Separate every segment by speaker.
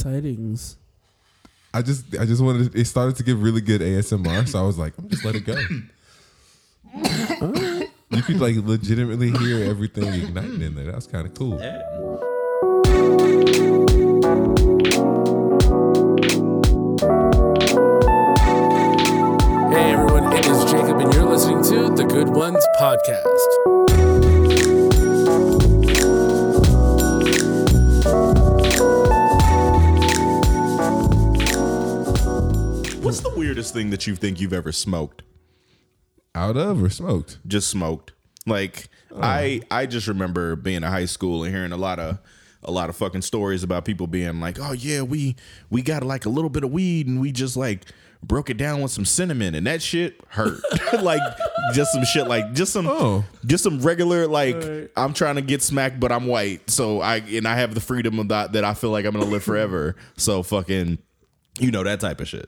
Speaker 1: tidings.
Speaker 2: I just I just wanted to, it started to give really good ASMR, so I was like, I'm just let it go. you could like legitimately hear everything igniting in there. That was kind of cool.
Speaker 3: Hey everyone, it is Jacob, and you're listening to the Good Ones Podcast.
Speaker 4: What's the weirdest thing that you think you've ever smoked?
Speaker 2: Out of or smoked?
Speaker 4: Just smoked. Like
Speaker 2: Uh.
Speaker 4: I I just remember being in high school and hearing a lot of a lot of fucking stories about people being like, "Oh yeah, we we got like a little bit of weed and we just like broke it down with some cinnamon and that shit hurt." like just some shit like just some
Speaker 2: Oh.
Speaker 4: just some regular like
Speaker 1: Right.
Speaker 4: I'm trying to get smacked but I'm white. So I and I have the freedom of that that I feel like I'm going to live forever. So fucking you know that type of shit.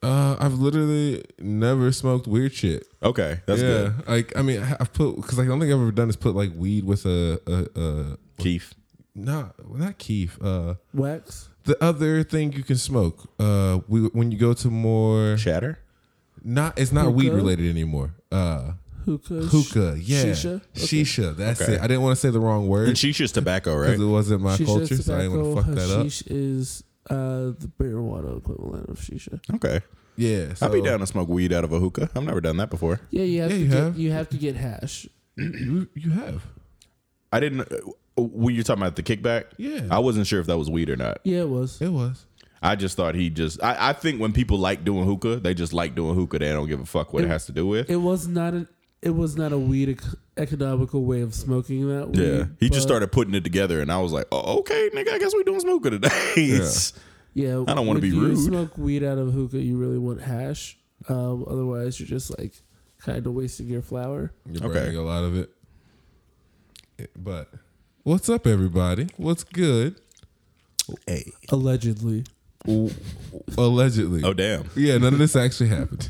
Speaker 2: Uh, I've literally never smoked weird shit.
Speaker 4: Okay, that's
Speaker 2: yeah,
Speaker 4: good.
Speaker 2: like I mean, I- I've put because like the only thing I've ever done is put like weed with a a, a
Speaker 4: Keith.
Speaker 2: not not keef. Uh,
Speaker 1: Wax.
Speaker 2: the other thing you can smoke. Uh, we when you go to more
Speaker 4: Chatter.
Speaker 2: not it's not weed
Speaker 1: Hookah?
Speaker 2: related anymore. Uh,
Speaker 1: Hookah. sh-
Speaker 2: hookah. Yeah,
Speaker 1: Shisha.
Speaker 2: Shisha. That's
Speaker 4: Okay.
Speaker 2: it. I didn't want to say the wrong word
Speaker 4: And shisha's tobacco, right?
Speaker 2: because it wasn't my
Speaker 1: Shisha is
Speaker 2: culture, so I didn't want to
Speaker 1: tobacco.
Speaker 2: fuck that up.
Speaker 1: Hashish is uh, the marijuana equivalent of shisha.
Speaker 4: Okay.
Speaker 2: Yeah, so
Speaker 4: I'd be down to smoke weed out of a hookah. I've never done that before.
Speaker 1: Yeah, you have
Speaker 2: Yeah,
Speaker 1: to
Speaker 2: you
Speaker 1: get
Speaker 2: have.
Speaker 1: you have to get hash.
Speaker 2: You, you have.
Speaker 4: I didn't. uh, When you're talking about the kickback,
Speaker 2: Yeah.
Speaker 4: I wasn't sure if that was weed or not.
Speaker 1: Yeah, it was.
Speaker 2: It was.
Speaker 4: I just thought he just. I, I think when people like doing hookah, they just like doing hookah. They don't give a fuck what it, has to do with.
Speaker 1: It was not an it was not a weed ec- economical way of smoking that weed.
Speaker 4: yeah, he just
Speaker 1: but-
Speaker 4: started putting it together, and I was like, "Oh, okay, nigga, I guess we doing smoke today." It's-
Speaker 1: Yeah,
Speaker 4: I don't wanna
Speaker 1: if
Speaker 4: be
Speaker 1: you
Speaker 4: rude.
Speaker 1: Smoke weed out of hookah. You really want hash. Um, otherwise, you're just like kind of wasting your flower.
Speaker 2: You're
Speaker 4: Okay.
Speaker 2: burning a lot of it. It- But what's up, everybody? What's good?
Speaker 4: Hey.
Speaker 1: Allegedly,
Speaker 2: Allegedly.
Speaker 4: Oh damn!
Speaker 2: Yeah, none of this actually happened.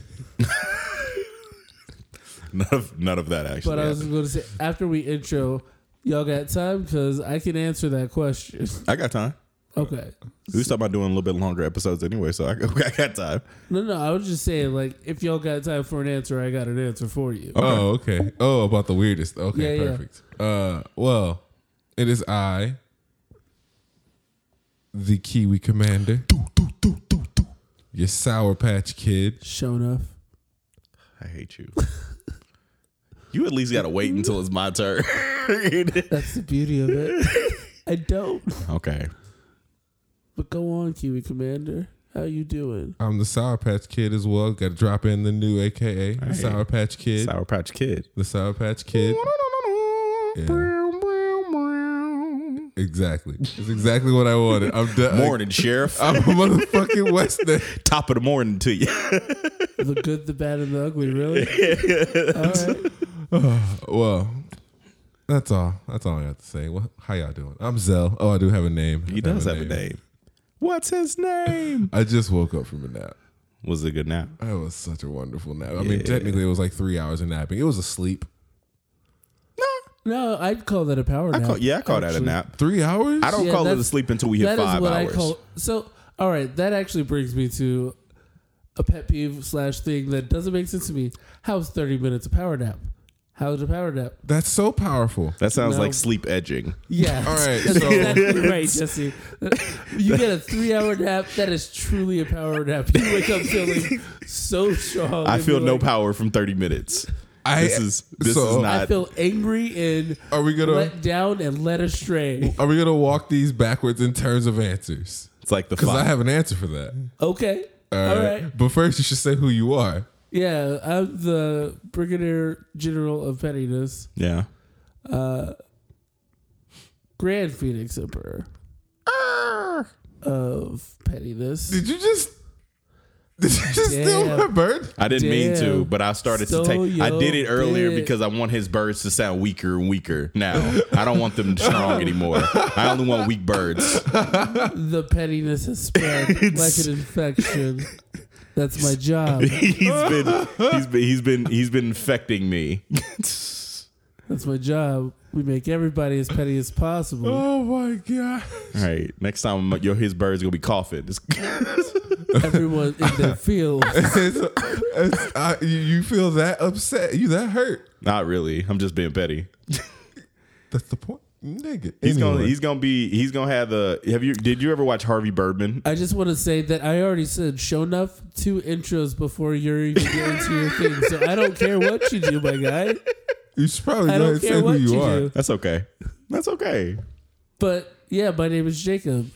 Speaker 4: None of none of that actually.
Speaker 1: but um, I was
Speaker 4: happened.
Speaker 1: going to say after we intro, y'all got time because I can answer that question.
Speaker 4: I got time.
Speaker 1: okay.
Speaker 4: We was talking about doing a little bit longer episodes anyway, so I, I got time.
Speaker 1: No, no, I was just saying like if y'all got time for an answer, I got an answer for you.
Speaker 2: Oh, okay. Oh, about the weirdest. Okay,
Speaker 1: Yeah, yeah.
Speaker 2: perfect. Uh, well, it is I, the Kiwi Commander, your Sour Patch Kid.
Speaker 1: Show enough.
Speaker 4: I hate you. you at least gotta wait until it's my turn.
Speaker 1: That's the beauty of it. I don't.
Speaker 4: okay.
Speaker 1: But go on, Kiwi Commander. How you doing?
Speaker 2: I'm the Sour Patch Kid as well. Got to drop in the new AKA the Sour Patch Kid.
Speaker 4: Sour Patch Kid.
Speaker 2: The Sour Patch Kid. Yeah. Exactly. It's exactly what I wanted. I'm done.
Speaker 4: Morning, Sheriff.
Speaker 2: I'm a motherfucking West End.
Speaker 4: Top of the morning to you.
Speaker 1: The good, the bad, and the ugly. Really? All right.
Speaker 2: Well, that's all. That's all I got to say. Well, how y'all doing? I'm Zell. Oh, I do have a name.
Speaker 4: He
Speaker 2: I
Speaker 4: does have a name. What's his name?
Speaker 2: I just woke up from a nap.
Speaker 4: Was it a good nap?
Speaker 2: That was such a wonderful nap. I mean, technically, it was like three hours of napping. It was a sleep.
Speaker 1: No, I'd call that a power
Speaker 4: I
Speaker 1: nap.
Speaker 4: call, yeah, I call that a
Speaker 1: actually.
Speaker 4: nap.
Speaker 2: Three hours?
Speaker 4: I don't
Speaker 1: Yeah,
Speaker 4: call it a
Speaker 1: that's-
Speaker 4: sleep until we hit
Speaker 1: That is
Speaker 4: five
Speaker 1: what
Speaker 4: hours.
Speaker 1: I call. So, all right, that actually brings me to a pet peeve slash thing that doesn't make sense to me. How's thirty minutes a power nap? How's a power nap?
Speaker 2: That's so powerful.
Speaker 4: that sounds
Speaker 1: No.
Speaker 4: like sleep edging.
Speaker 1: Yeah.
Speaker 2: All right,
Speaker 1: That's
Speaker 2: so-
Speaker 1: exactly right, Jesse. You get a three hour nap. That is truly a power nap. You wake up feeling so strong.
Speaker 4: I
Speaker 1: and
Speaker 4: feel
Speaker 1: be
Speaker 4: no
Speaker 1: like,
Speaker 4: power from thirty minutes.
Speaker 2: I,
Speaker 4: This is this
Speaker 2: so-
Speaker 4: is
Speaker 1: I
Speaker 4: not.
Speaker 1: feel angry and
Speaker 2: Are we gonna
Speaker 1: let down and led astray.
Speaker 2: Are we gonna walk these backwards in terms of answers?
Speaker 4: It's like the
Speaker 2: Because I
Speaker 4: five.
Speaker 2: have an answer for that.
Speaker 1: Okay. All right.
Speaker 2: But first, you should say who you are.
Speaker 1: Yeah, I'm the Brigadier General of Pettiness,
Speaker 4: yeah.
Speaker 1: Grand Phoenix Emperor
Speaker 2: Ah!
Speaker 1: of Pettiness.
Speaker 2: Did you just? Did you just steal
Speaker 1: Damn.
Speaker 2: my bird?
Speaker 4: I didn't mean to,
Speaker 1: Damn.
Speaker 4: but I started
Speaker 1: Stole
Speaker 4: to take. I
Speaker 1: your
Speaker 4: did it earlier
Speaker 1: bit.
Speaker 4: because I want his birds to sound weaker and weaker. Now I don't want them strong anymore. I only want weak birds.
Speaker 1: The pettiness has spread like an infection. That's my job.
Speaker 4: he's been he's been he's been he's been infecting me.
Speaker 1: That's my job. We make everybody as petty as possible.
Speaker 2: Oh my god.
Speaker 4: All right, next time yo, his bird's gonna be coughing. It's-
Speaker 1: Everyone in their field.
Speaker 2: It's- it's- I- you- you feel that upset? You that hurt?
Speaker 4: Not really. I'm just being petty.
Speaker 2: That's the point, nigga.
Speaker 4: He's gonna
Speaker 2: Anyway.
Speaker 4: he's gonna be he's gonna have the have you did you ever watch Harvey Birdman?
Speaker 1: I just want to say that I already said show enough two intros before you're even getting to your thing. So I don't care what you do, my guy.
Speaker 2: you should probably
Speaker 1: I
Speaker 2: go ahead
Speaker 1: don't
Speaker 2: and say
Speaker 1: care
Speaker 2: who
Speaker 1: what
Speaker 2: you,
Speaker 1: you,
Speaker 2: are.
Speaker 1: do.
Speaker 4: That's okay. That's okay.
Speaker 1: But yeah, my name is Jacob.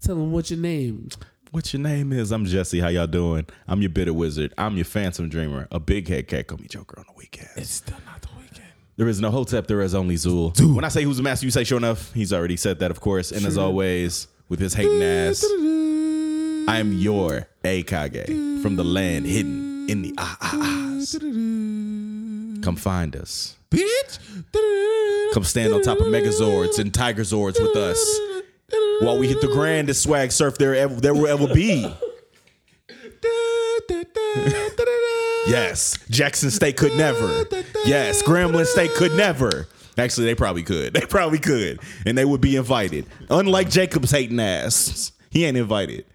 Speaker 1: Tell him what's your name.
Speaker 4: What your name is? I'm Jesse. How y'all doing? I'm your bitter wizard. I'm your phantom dreamer. A big head cat. Call me Joker on the weekends.
Speaker 2: It's still not the weekend.
Speaker 4: There is no Hotep. There is only Zool. When I say who's the master, you say sure enough. He's already said that, of course. And as always, with his hating ass, I'm your Akage from the land hidden in the ah ah ahs. Come find us.
Speaker 2: Bitch.
Speaker 4: Come stand on top of Megazords and Tigerzords with us while we hit the grandest swag surf there ever there will ever be. Yes, Jackson State could never. Yes, Gremlin State could never. Actually, they probably could. They probably could, and they would be invited. Unlike Jacob's hating ass, he ain't invited.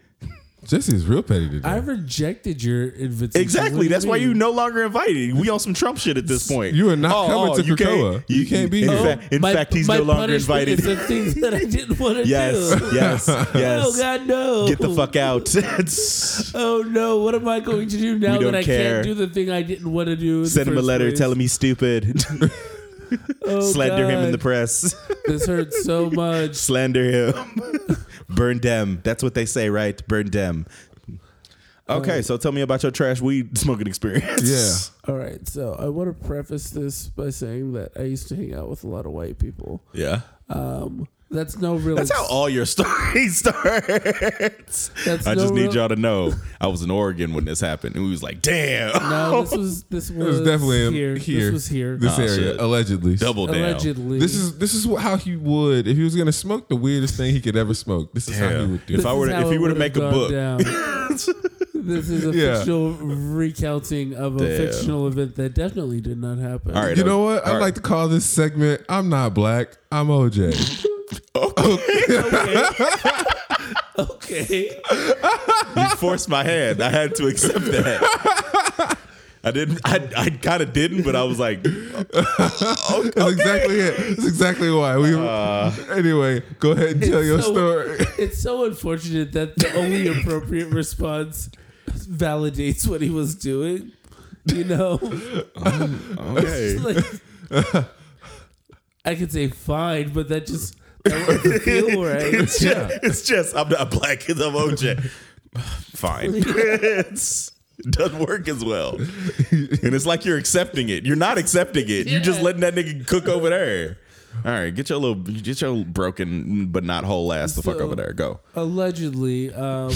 Speaker 2: Jesse is real petty today.
Speaker 1: I rejected your invitation. What do
Speaker 4: Exactly. That's why
Speaker 1: mean?
Speaker 4: you no longer invited. We on some Trump shit at this point. Oh,
Speaker 2: You are not coming to
Speaker 4: you
Speaker 2: Krakoa.
Speaker 4: can't-
Speaker 2: You can't be
Speaker 4: in
Speaker 2: here.
Speaker 4: Fact, in
Speaker 1: Oh,
Speaker 4: fact, he's no longer
Speaker 1: punishment
Speaker 4: invited.
Speaker 1: Is the things that I didn't want to
Speaker 4: yes,
Speaker 1: do.
Speaker 4: yes, yes.
Speaker 1: Oh God, no!
Speaker 4: Get the fuck out. Send
Speaker 1: Oh no! What am I going to do now
Speaker 4: We don't
Speaker 1: that I can't
Speaker 4: care.
Speaker 1: do the thing I didn't want to do? in the
Speaker 4: him a
Speaker 1: first
Speaker 4: letter
Speaker 1: place?
Speaker 4: telling me stupid.
Speaker 1: oh,
Speaker 4: Slander him in the
Speaker 1: God.
Speaker 4: press.
Speaker 1: This hurts so much.
Speaker 4: slander him burn them that's what they say right burn them okay
Speaker 1: Oh.
Speaker 4: so tell me about your trash weed smoking experience
Speaker 2: Yeah.
Speaker 1: All right, so I want to preface this by saying that I used to hang out with a lot of white people.
Speaker 4: yeah
Speaker 1: Um, that's no real.
Speaker 4: that's how all your stories starts
Speaker 1: That's
Speaker 4: i
Speaker 1: no
Speaker 4: just need
Speaker 1: real-
Speaker 4: y'all to know i was in oregon when this happened and we was like damn
Speaker 1: No, this was this was,
Speaker 2: It was definitely in-
Speaker 1: here.
Speaker 2: here.
Speaker 1: This was here.
Speaker 2: This
Speaker 4: Nah,
Speaker 2: area,
Speaker 4: shit.
Speaker 2: allegedly.
Speaker 4: double down
Speaker 1: Allegedly,
Speaker 2: This is this is what, how he would if he was gonna smoke the weirdest thing he could ever smoke. This is how he
Speaker 4: Damn.
Speaker 2: would do.
Speaker 4: if
Speaker 2: it.
Speaker 4: i
Speaker 1: This
Speaker 4: were
Speaker 1: is
Speaker 4: to,
Speaker 1: how
Speaker 4: if you
Speaker 1: it
Speaker 4: were to
Speaker 1: would've
Speaker 4: make a
Speaker 1: gone
Speaker 4: book
Speaker 1: down. this is a
Speaker 2: Yeah.
Speaker 1: fictional recounting of a
Speaker 4: Damn.
Speaker 1: fictional event that definitely did not happen.
Speaker 4: all right
Speaker 2: You know what?
Speaker 4: all
Speaker 2: I'd
Speaker 4: right.
Speaker 2: like to call this segment "I'm Not Black, I'm OJ."
Speaker 1: Okay.
Speaker 4: you forced my hand i had to accept that I didn't. I, I kind of didn't, but I was like,
Speaker 2: That's exactly it. That's exactly why. We
Speaker 4: Uh.
Speaker 2: anyway. Go ahead and tell your
Speaker 1: so-
Speaker 2: story.
Speaker 1: It's so unfortunate that the only appropriate response validates what he was doing. You know,
Speaker 4: okay.
Speaker 1: like I could say fine, but that just that wouldn't feel right.
Speaker 4: It's just, it's just I'm not black because I'm OJ. Fine. it's doesn't work as well. And it's like you're accepting it. You're not accepting it. You're just
Speaker 1: Yeah.
Speaker 4: letting that nigga cook over there. All right, get your little get your broken but not whole ass the fuck
Speaker 1: So-
Speaker 4: over there. Go.
Speaker 1: Allegedly, um,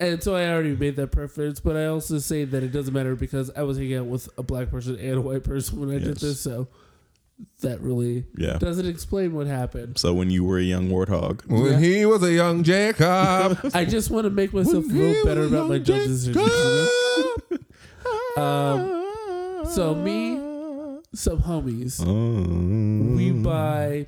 Speaker 1: and so I already made that preference, but I also say that it doesn't matter because I was hanging out with a black person and a white person when I did
Speaker 4: Yes.
Speaker 1: this, so that really
Speaker 4: Yeah.
Speaker 1: doesn't explain what happened.
Speaker 4: So when you were a young warthog,
Speaker 2: When
Speaker 1: Yeah.
Speaker 2: he was a young Jacob,
Speaker 1: I just want to make myself
Speaker 2: When he
Speaker 1: feel
Speaker 2: was
Speaker 1: better
Speaker 2: a
Speaker 1: about my
Speaker 2: young
Speaker 1: job decisions. you know? Um,
Speaker 2: Jacob.
Speaker 1: so me, some homies, we buy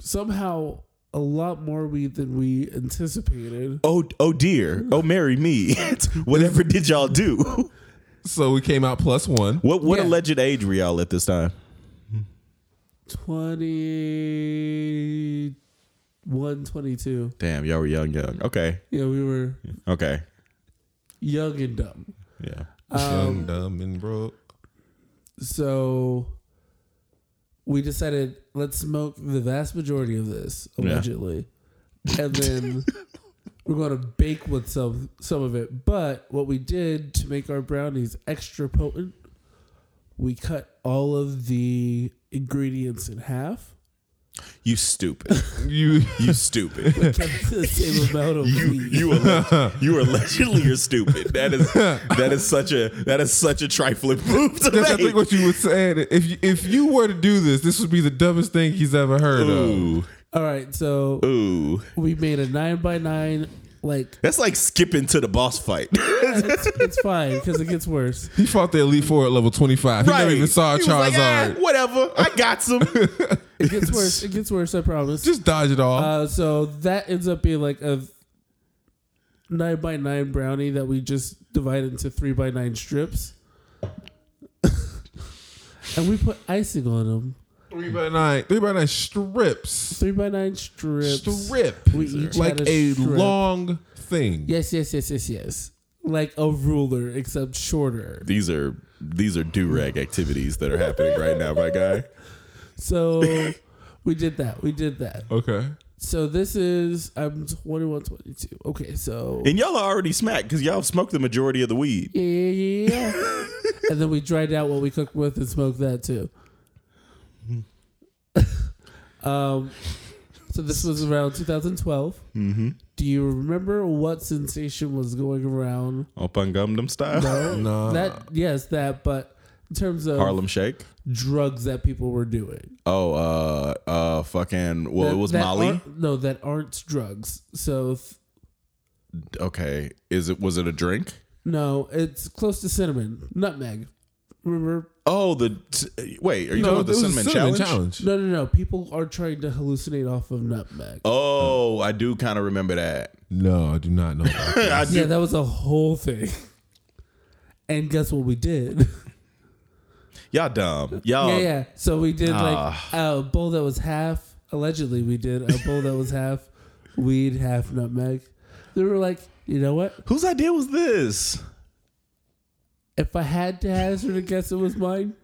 Speaker 1: somehow a lot more weed than we anticipated.
Speaker 4: oh oh dear, oh marry me. Whatever did y'all do?
Speaker 2: So we came out plus one.
Speaker 4: What what
Speaker 1: Yeah.
Speaker 4: alleged age were y'all at this time?
Speaker 1: Twenty one, twenty two.
Speaker 4: Damn, y'all were young, young. Okay,
Speaker 1: Yeah, we were
Speaker 4: okay,
Speaker 1: young and dumb. Um,
Speaker 4: yeah.
Speaker 2: young,
Speaker 4: Um,
Speaker 2: dumb, and broke.
Speaker 1: So we decided let's smoke the vast majority of this
Speaker 4: Yeah.
Speaker 1: allegedly, and then we're going to bake with some some of it. But what we did to make our brownies extra potent, we cut all of the ingredients in half.
Speaker 4: You stupid.
Speaker 2: You
Speaker 4: You stupid.
Speaker 1: Kept the same amount of
Speaker 4: you
Speaker 1: weed.
Speaker 4: you are you are allegedly you're stupid. That is that is such a that is such a trifling move to
Speaker 2: That's I
Speaker 4: make.
Speaker 2: think what you were saying. If you, if you were to do this, this would be the dumbest thing he's ever heard of.
Speaker 4: ooh
Speaker 1: All right, so
Speaker 4: ooh.
Speaker 1: we made a nine by nine Like
Speaker 4: That's like skipping to the boss fight.
Speaker 1: it's, it's fine because it gets worse.
Speaker 2: He fought the Elite Four at level 25. He never even saw a
Speaker 4: He was like,
Speaker 2: Charizard.
Speaker 4: "Ah, whatever. I got some.
Speaker 1: It gets worse. It gets worse. I promise.
Speaker 2: Just dodge it all.
Speaker 1: Uh, so that ends up being like a nine by nine brownie that we just divide into three by nine strips, and we put icing on them.
Speaker 2: three by nine. Three by nine strips.
Speaker 1: Three by nine strips.
Speaker 2: Strip.
Speaker 1: We each
Speaker 2: like
Speaker 1: had
Speaker 2: a,
Speaker 1: a strip.
Speaker 2: long thing.
Speaker 1: Yes, yes, yes, yes, yes. Like a ruler, except shorter.
Speaker 4: These are these are do rag activities that are happening right now, my guy.
Speaker 1: So we did that. We did that.
Speaker 2: Okay.
Speaker 1: So this is I'm 21, 22. Okay, so
Speaker 4: And y'all are already smacked because y'all smoked the majority of the weed.
Speaker 1: yeah, yeah, yeah, yeah. and then we dried out what we cooked with and smoked that too. um, so this was around 2012. Mm-hmm. Do you remember what sensation was going around?
Speaker 4: Up on Gundam style.
Speaker 2: Nah.
Speaker 1: Oh, That yes, that. But in terms of
Speaker 4: Uh, Harlem Shake.
Speaker 1: drugs that people were doing,
Speaker 4: Oh, uh, uh, fucking. Well,
Speaker 1: that,
Speaker 4: it was
Speaker 1: that
Speaker 4: Molly.
Speaker 1: aren't- No, that aren't drugs. So th-
Speaker 4: okay, is it? Was it a drink?
Speaker 1: no, it's close to cinnamon, nutmeg. Remember
Speaker 4: Oh, the t- wait. Are you talking about the
Speaker 2: it was a
Speaker 4: cinnamon, challenge?
Speaker 1: No, no, no. People are trying to hallucinate off of nutmeg.
Speaker 4: Oh, I do kind of remember that.
Speaker 2: No, I do not know. that.
Speaker 4: I do.
Speaker 1: yeah, that was a whole thing. And guess what we did?
Speaker 4: Y'all dumb. Y'all.
Speaker 1: yeah, yeah. So we did like a bowl that was half. Allegedly, we did a bowl that was half weed, half nutmeg. They were like, you know what?
Speaker 4: Whose idea was this?
Speaker 1: If I had to hazard a guess, it was mine.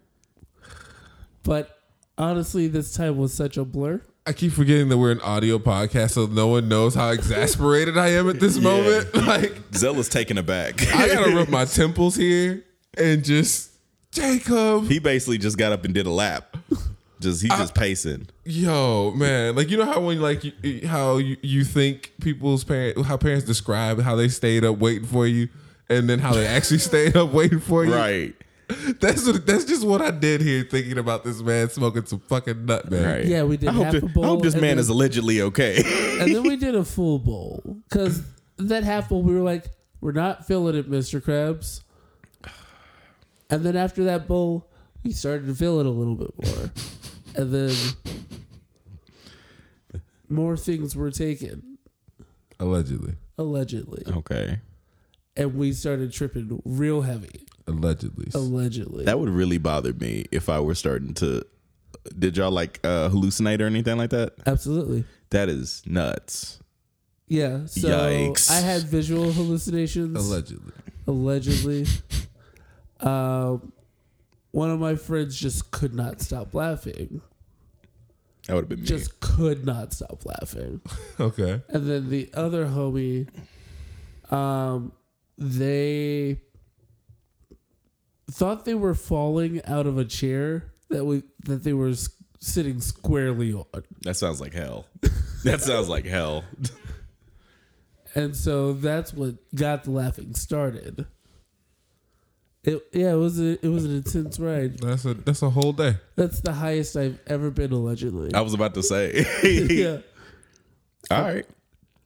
Speaker 1: But honestly, this time was such a blur.
Speaker 2: I keep forgetting that we're an audio podcast, so no one knows how exasperated I am at this moment. Like,
Speaker 4: Zella's taken aback.
Speaker 2: I gotta rub my temples here and just Jacob.
Speaker 4: he basically just got up and did a lap. Just he just pacing.
Speaker 2: Yo, man, like you know how when like you, how you, you think people's parents, how parents describe how they stayed up waiting for you, and then how they actually stayed up waiting for you.
Speaker 4: Right.
Speaker 2: That's what, that's just what I did here, thinking about this man smoking some fucking nut, man.
Speaker 4: Right.
Speaker 1: Yeah, we did
Speaker 4: I hope,
Speaker 1: half
Speaker 4: th-
Speaker 1: a
Speaker 4: I
Speaker 1: bowl.
Speaker 4: hope this
Speaker 1: and
Speaker 4: man
Speaker 1: then-
Speaker 4: is allegedly okay.
Speaker 1: and then we did a full bowl because that half bowl we were like, we're not filling it, Mr. Krabs. And then after that bowl, we started to fill it a little bit more, and then more things were taken
Speaker 2: Allegedly,
Speaker 1: allegedly,
Speaker 4: okay.
Speaker 1: and we started tripping real heavy
Speaker 2: allegedly.
Speaker 1: allegedly.
Speaker 4: That would really bother me if I were starting to. Did y'all like uh, hallucinate or anything like that?
Speaker 1: Absolutely,
Speaker 4: That is nuts.
Speaker 1: yeah. So
Speaker 4: Yikes.
Speaker 1: I had visual hallucinations.
Speaker 2: allegedly.
Speaker 1: allegedly. um, one of my friends just could not stop laughing.
Speaker 4: That would have been me.
Speaker 1: Just could not stop laughing.
Speaker 2: Okay.
Speaker 1: And then the other homie, um, they thought they were falling out of a chair that we that they were s- sitting squarely on.
Speaker 4: that sounds like hell. that sounds like hell.
Speaker 1: And so that's what got the laughing started. It, yeah, it was a, it was an intense ride.
Speaker 2: That's a that's a whole day.
Speaker 1: That's the highest I've ever been allegedly.
Speaker 2: Oh.
Speaker 4: I was about to say.
Speaker 1: yeah.
Speaker 4: All right.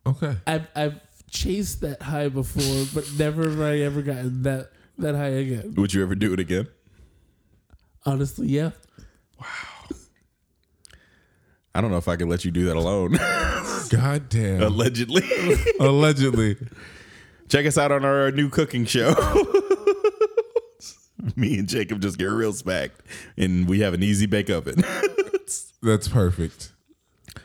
Speaker 2: Okay.
Speaker 1: I've I've chased that high before, but never have I ever gotten that that high again.
Speaker 4: Would you ever do it again?
Speaker 1: Honestly, yeah.
Speaker 4: I don't know if I could let you do that alone.
Speaker 2: God damn.
Speaker 4: Allegedly.
Speaker 2: Allegedly.
Speaker 4: Check us out on our new cooking show. Me and Jacob just get real smacked, and we have an easy bake oven.
Speaker 2: That's perfect.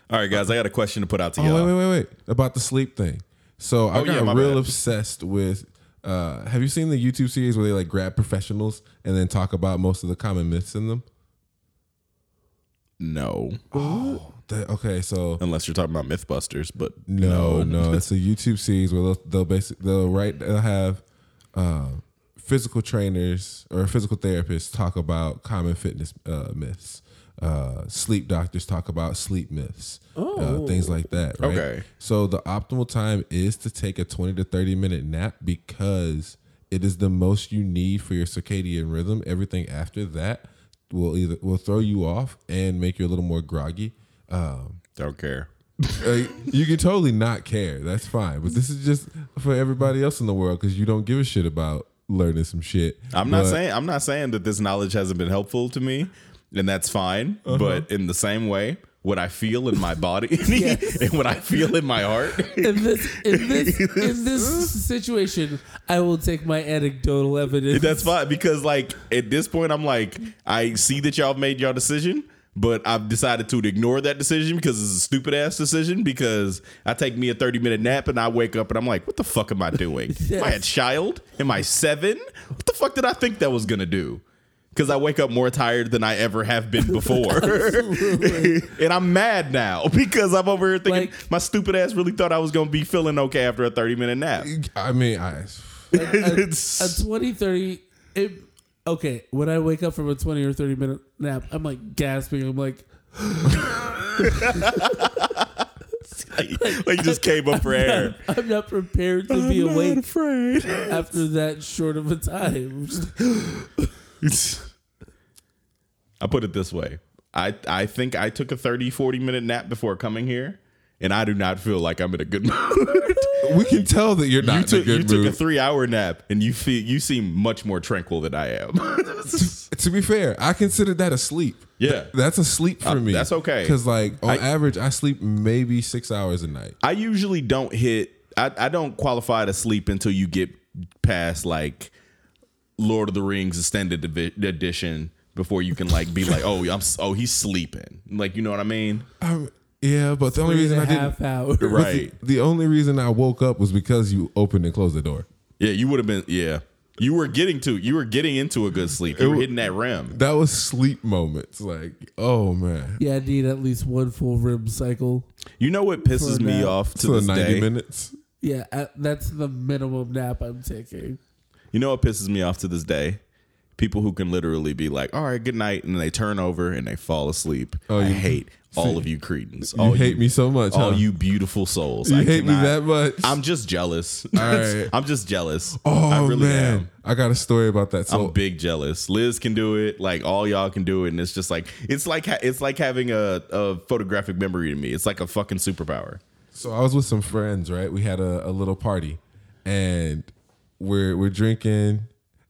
Speaker 4: All right, guys, I got a question to put out to
Speaker 2: Oh,
Speaker 4: y'all.
Speaker 2: wait, wait, wait, wait. About the sleep thing. So I
Speaker 4: Oh, yeah,
Speaker 2: got
Speaker 4: my
Speaker 2: real
Speaker 4: bad.
Speaker 2: obsessed with. Uh, have you seen the YouTube series where they like grab professionals and then talk about most of the common myths in them?
Speaker 4: No,
Speaker 2: That- okay, so
Speaker 4: unless you're talking about MythBusters, but
Speaker 2: no, no, it's a YouTube series where they'll, they'll basically they'll write they'll have um physical trainers or physical therapists talk about common fitness uh, myths. Uh, sleep doctors talk about sleep myths, uh, things like that. Right?
Speaker 4: Okay.
Speaker 2: So the optimal time is to take a 20 to 30 minute nap because it is the most you need for your circadian rhythm. Everything after that will either will throw you off and make you a little more groggy. Um,
Speaker 4: don't care.
Speaker 2: Uh, you can totally not care. That's fine. But this is just for everybody else in the world because you don't give a shit about learning some shit.
Speaker 4: I'm not
Speaker 2: But-
Speaker 4: saying I'm not saying that this knowledge hasn't been helpful to me, and that's fine. But in the same way, what I feel in my body and what I feel in my heart,
Speaker 1: In this, in this, in this situation, I will take my anecdotal evidence.
Speaker 4: that's fine. Because like at this point, I'm like, I see that y'all made y'all decision. But I've decided to ignore that decision because it's a stupid ass decision. Because I take me a 30 minute nap and I wake up and I'm like, what the fuck am I doing? Am I a
Speaker 1: Yes.
Speaker 4: child? Am I seven? What the fuck did I think that was gonna do? Because I wake up more tired than I ever have been before. and I'm mad now because I'm over here thinking
Speaker 1: Like-
Speaker 4: my stupid ass really thought I was gonna be feeling okay after a 30 minute nap.
Speaker 2: I mean, I,
Speaker 1: a 20 30 it, okay when i wake up from a 20 or 30 minute nap i'm like gasping i'm like
Speaker 4: like you just came up for air.
Speaker 1: i'm not prepared to be awake
Speaker 4: afraid.
Speaker 1: after that short of a time
Speaker 4: I put it this way. I I think I took a 30 40 minute nap before coming here and I do not feel like I'm in a good mood.
Speaker 2: we can tell that you're not
Speaker 4: you took
Speaker 2: in a
Speaker 4: you
Speaker 2: good
Speaker 4: took a
Speaker 2: mood.
Speaker 4: 3 hour nap and you feel you seem much more tranquil than I am.
Speaker 2: to be fair, I consider that a sleep.
Speaker 4: Yeah.
Speaker 2: that's a sleep for
Speaker 4: Uh,
Speaker 2: me.
Speaker 4: that's okay.
Speaker 2: Because like on
Speaker 4: I-
Speaker 2: average, I sleep maybe six hours a night.
Speaker 4: I usually don't hit. I, I don't qualify to sleep until you get past like Lord of the Rings extended Divi- edition before you can like be like, oh, I'm s- oh he's sleeping. Like you know what I mean?
Speaker 2: Um, yeah, but the only
Speaker 1: three and
Speaker 2: reason
Speaker 1: a
Speaker 2: I didn't.
Speaker 1: half hours
Speaker 4: Right.
Speaker 2: The only reason I woke up was because you opened and closed the door.
Speaker 4: Yeah, you would have been. Yeah, you were getting to. You were getting into a good sleep. You were hitting that REM.
Speaker 2: That was sleep moments. Like, oh man,
Speaker 1: yeah i need at least one full rim cycle
Speaker 4: You know what pisses
Speaker 1: For
Speaker 4: me
Speaker 1: now.
Speaker 4: off to
Speaker 2: so
Speaker 4: this
Speaker 2: ninety
Speaker 4: day?
Speaker 2: minutes.
Speaker 1: yeah I, that's the minimum nap i'm taking
Speaker 4: You know what pisses me off to this day? People who can literally be like, "All right, good night," and they turn over and they fall asleep.
Speaker 2: Oh,
Speaker 4: I
Speaker 2: you-
Speaker 4: hate all of you, Cretans.
Speaker 2: You
Speaker 4: all
Speaker 2: hate me so much.
Speaker 4: all
Speaker 2: huh?
Speaker 4: Oh, you beautiful souls.
Speaker 2: You
Speaker 4: I
Speaker 2: hate me
Speaker 4: cannot-
Speaker 2: that much.
Speaker 4: I'm just jealous.
Speaker 2: right.
Speaker 4: I'm just jealous.
Speaker 2: oh
Speaker 4: I really
Speaker 2: man,
Speaker 4: am.
Speaker 2: I got a story about that.
Speaker 4: I'm
Speaker 2: So
Speaker 4: big jealous. Liz can do it. Like all y'all can do it, and it's just like it's like ha- it's like having a, a photographic memory to me. It's like a fucking superpower.
Speaker 2: So I was with some friends, right? We had a, a little party and we're we're drinking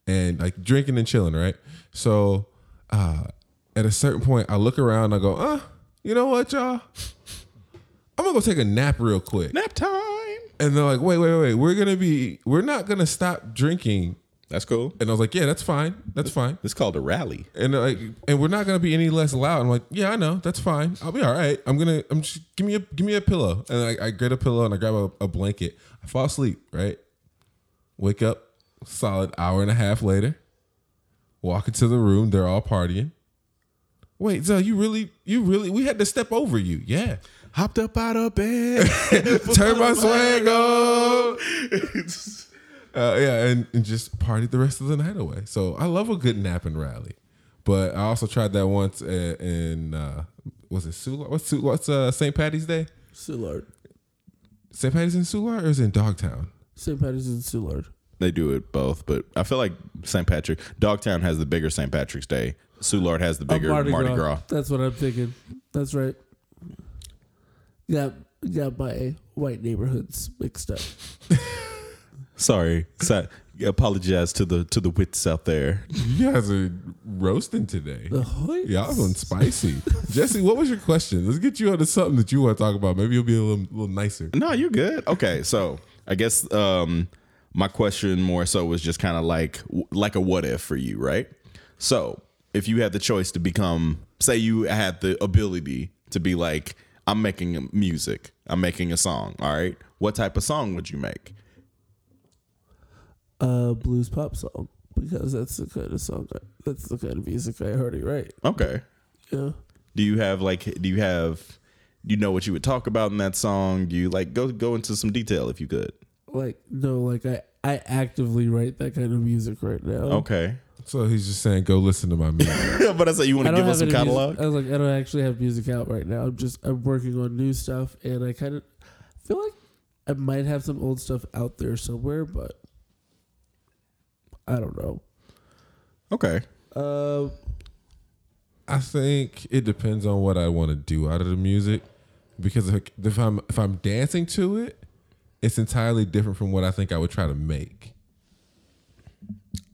Speaker 2: and like drinking and chilling, right? So uh at a certain point I look around, I go, uh, you know what, y'all? I'm gonna go take a nap real quick.
Speaker 4: Nap time.
Speaker 2: And they're like, wait, wait, wait, we're gonna be we're not gonna stop drinking.
Speaker 4: That's cool.
Speaker 2: And I was like, Yeah, that's fine. That's fine.
Speaker 4: It's called a rally.
Speaker 2: And they're like and we're not gonna be any less loud. I'm like, Yeah, I know, that's fine. I'll be all right. I'm gonna I'm just give me a give me a pillow. And I, I get a pillow and I grab a, a blanket. I fall asleep, right? Wake up solid hour and a half later. Walk into the room, they're all partying. Wait, Zell, you really you really we had to step over you. Yeah.
Speaker 4: Hopped up out of bed.
Speaker 2: Turn my swag on. Uh, yeah, and, and just party the rest of the night away. So I love a good nap and rally, but I also tried that once in, in uh, was it Sula? What's Sula? What's uh, St. Patty's Day?
Speaker 1: soulard
Speaker 2: St. Patty's in Soulard or is it in Dogtown?
Speaker 1: st patterson soulard
Speaker 4: they do it both, but I feel like St. Patrick Dogtown has the bigger St. Patrick's Day. Soulard has the
Speaker 1: A
Speaker 4: bigger Oh, Mardi, Gras.
Speaker 1: that's what i'm thinking that's right got got my white neighborhoods mixed up
Speaker 4: Sorry. So, apologize to the to the wits out there.
Speaker 2: You guys are roasting today.
Speaker 1: Hoyts.
Speaker 2: Y'all going spicy. Jesse, what was your question? Let's get you onto something that you want to talk about. Maybe you'll be a little, little nicer.
Speaker 4: No, you're good. Okay, so I guess um, my question more so was just kind of like like a what if for you, right? So if you had the choice to become, say, you had the ability to be like, I'm making music, I'm making a song. All right, what type of song would you make?
Speaker 1: a uh, blues pop song because that's the kind of song I, that's the kind of music I already write.
Speaker 4: Okay,
Speaker 1: Yeah,
Speaker 4: do you have like do you have you know what you would talk about in that song? Do you like go go into some detail if you could?
Speaker 1: like no, like I I actively write that kind of music right now.
Speaker 4: Okay,
Speaker 2: So he's just saying, go listen to my music.
Speaker 4: but I said you want
Speaker 1: I
Speaker 4: to
Speaker 1: don't
Speaker 4: give
Speaker 1: have
Speaker 4: us some
Speaker 1: any music-
Speaker 4: catalog.
Speaker 1: I was like, I don't actually have music out right now. I'm just I'm working on new stuff, and I kind of feel like I might have some old stuff out there somewhere, but I don't know.
Speaker 4: Okay,
Speaker 1: Uh,
Speaker 2: I think it depends on what I want to do out of the music because if, if I'm if I'm dancing to it, it's entirely different from what I think I would try to make.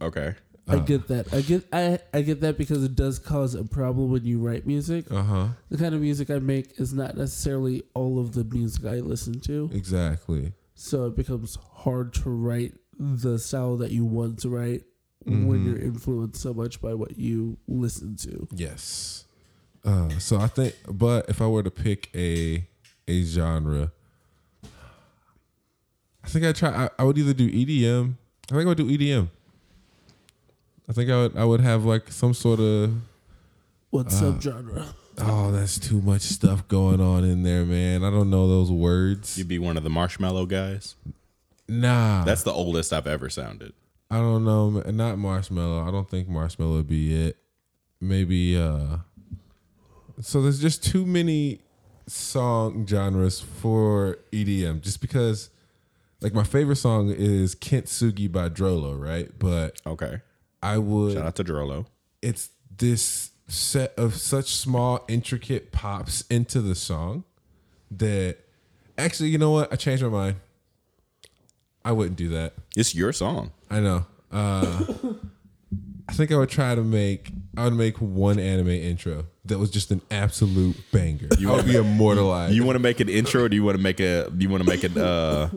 Speaker 4: Okay.
Speaker 1: I get that. I get I, I get that because it does cause a problem when you write music.
Speaker 2: Uh huh.
Speaker 1: The kind of music I make is not necessarily all of the music I listen to.
Speaker 2: Exactly.
Speaker 1: So it becomes hard to write the style that you want to write when
Speaker 4: Mm-hmm.
Speaker 1: you're influenced so much by what you listen to.
Speaker 2: Yes. Uh, so I think, but if I were to pick a a genre, I think I try. I, I would either do EDM. I think I would do EDM. I think I would. I would have like some sort of.
Speaker 1: What
Speaker 2: Uh,
Speaker 1: subgenre?
Speaker 2: Oh, that's too much stuff going on in there, man. I don't know those words.
Speaker 4: You'd be one of the marshmallow guys.
Speaker 2: Nah,
Speaker 4: That's the oldest I've ever sounded.
Speaker 2: I don't know. ma- Not marshmallow. I don't think marshmallow would be it. Maybe. uh So there's just too many song genres for EDM. Just because, like, my favorite song is Kintsugi by Drolo, right? But
Speaker 4: Okay.
Speaker 2: I would
Speaker 4: Shout out to Drolo.
Speaker 2: it's this set of such small intricate pops into the song that actually you know what i changed my mind i wouldn't do that
Speaker 4: It's your song.
Speaker 2: i know uh i think i would try to make i would make one anime intro that was just an absolute banger you would be immortalized
Speaker 4: You want to make an intro? Or do you want to make a? Do you want to make an uh,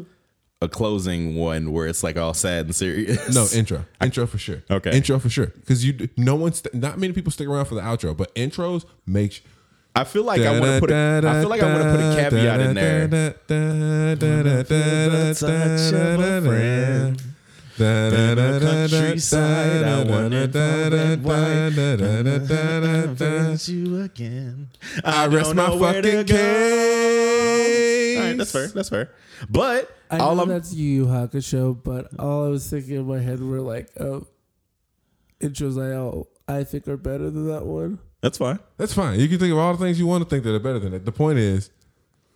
Speaker 4: a closing one where it's like all sad and serious?
Speaker 2: no intro intro for sure
Speaker 4: Okay.
Speaker 2: intro for sure because you no one st- not many people stick around for the outro but intros makes
Speaker 4: I feel like I want to put. A, I feel like I want to put a caveat in there.
Speaker 2: Uh,
Speaker 5: you again.
Speaker 2: I rest my fucking case.
Speaker 4: All right, that's fair. That's fair. But
Speaker 1: I
Speaker 4: all
Speaker 1: know
Speaker 4: I'm
Speaker 1: that's Yu Yu Hakusho, but all I was thinking in my head were like, oh, intros I all I think are better than that one.
Speaker 4: that's fine.
Speaker 2: That's fine. You can think of all the things you want to think that are better than it. The point is,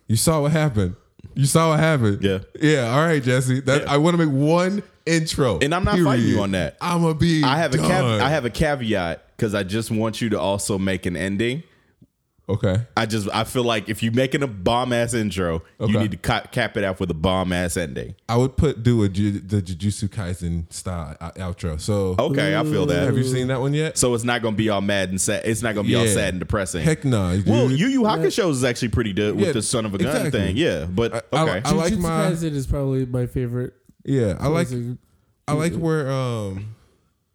Speaker 2: you saw what happened. You saw what happened.
Speaker 4: Yeah.
Speaker 2: Yeah. All right, Jesse. That I want to make one intro,
Speaker 4: And I'm not fighting
Speaker 2: period.
Speaker 4: you on that.
Speaker 2: I'm gonna be.
Speaker 4: I have a
Speaker 2: done.
Speaker 4: cav- I have a caveat because I just want you to also make an ending.
Speaker 2: Okay.
Speaker 4: I just I feel like if you're making a bomb ass intro,
Speaker 2: Okay.
Speaker 4: you need to ca- cap it off with a bomb ass ending.
Speaker 2: I would put do a Ju- the Jujutsu Kaisen style uh, outro. So
Speaker 4: Okay, I feel that.
Speaker 2: have you seen that one yet?
Speaker 4: So it's not gonna be all mad and sad. It's not gonna be all
Speaker 2: Yeah.
Speaker 4: sad and depressing.
Speaker 2: Heck no. Nah,
Speaker 4: well,
Speaker 2: dude.
Speaker 4: Yu Yu Hakusho is actually pretty good
Speaker 2: Yeah,
Speaker 4: with the son of a gun
Speaker 2: exactly.
Speaker 4: thing. Yeah, but okay.
Speaker 2: I- I like
Speaker 1: Jujutsu
Speaker 2: my-
Speaker 1: Kaisen is probably my favorite.
Speaker 2: yeah. I like
Speaker 1: closing.
Speaker 2: I like where um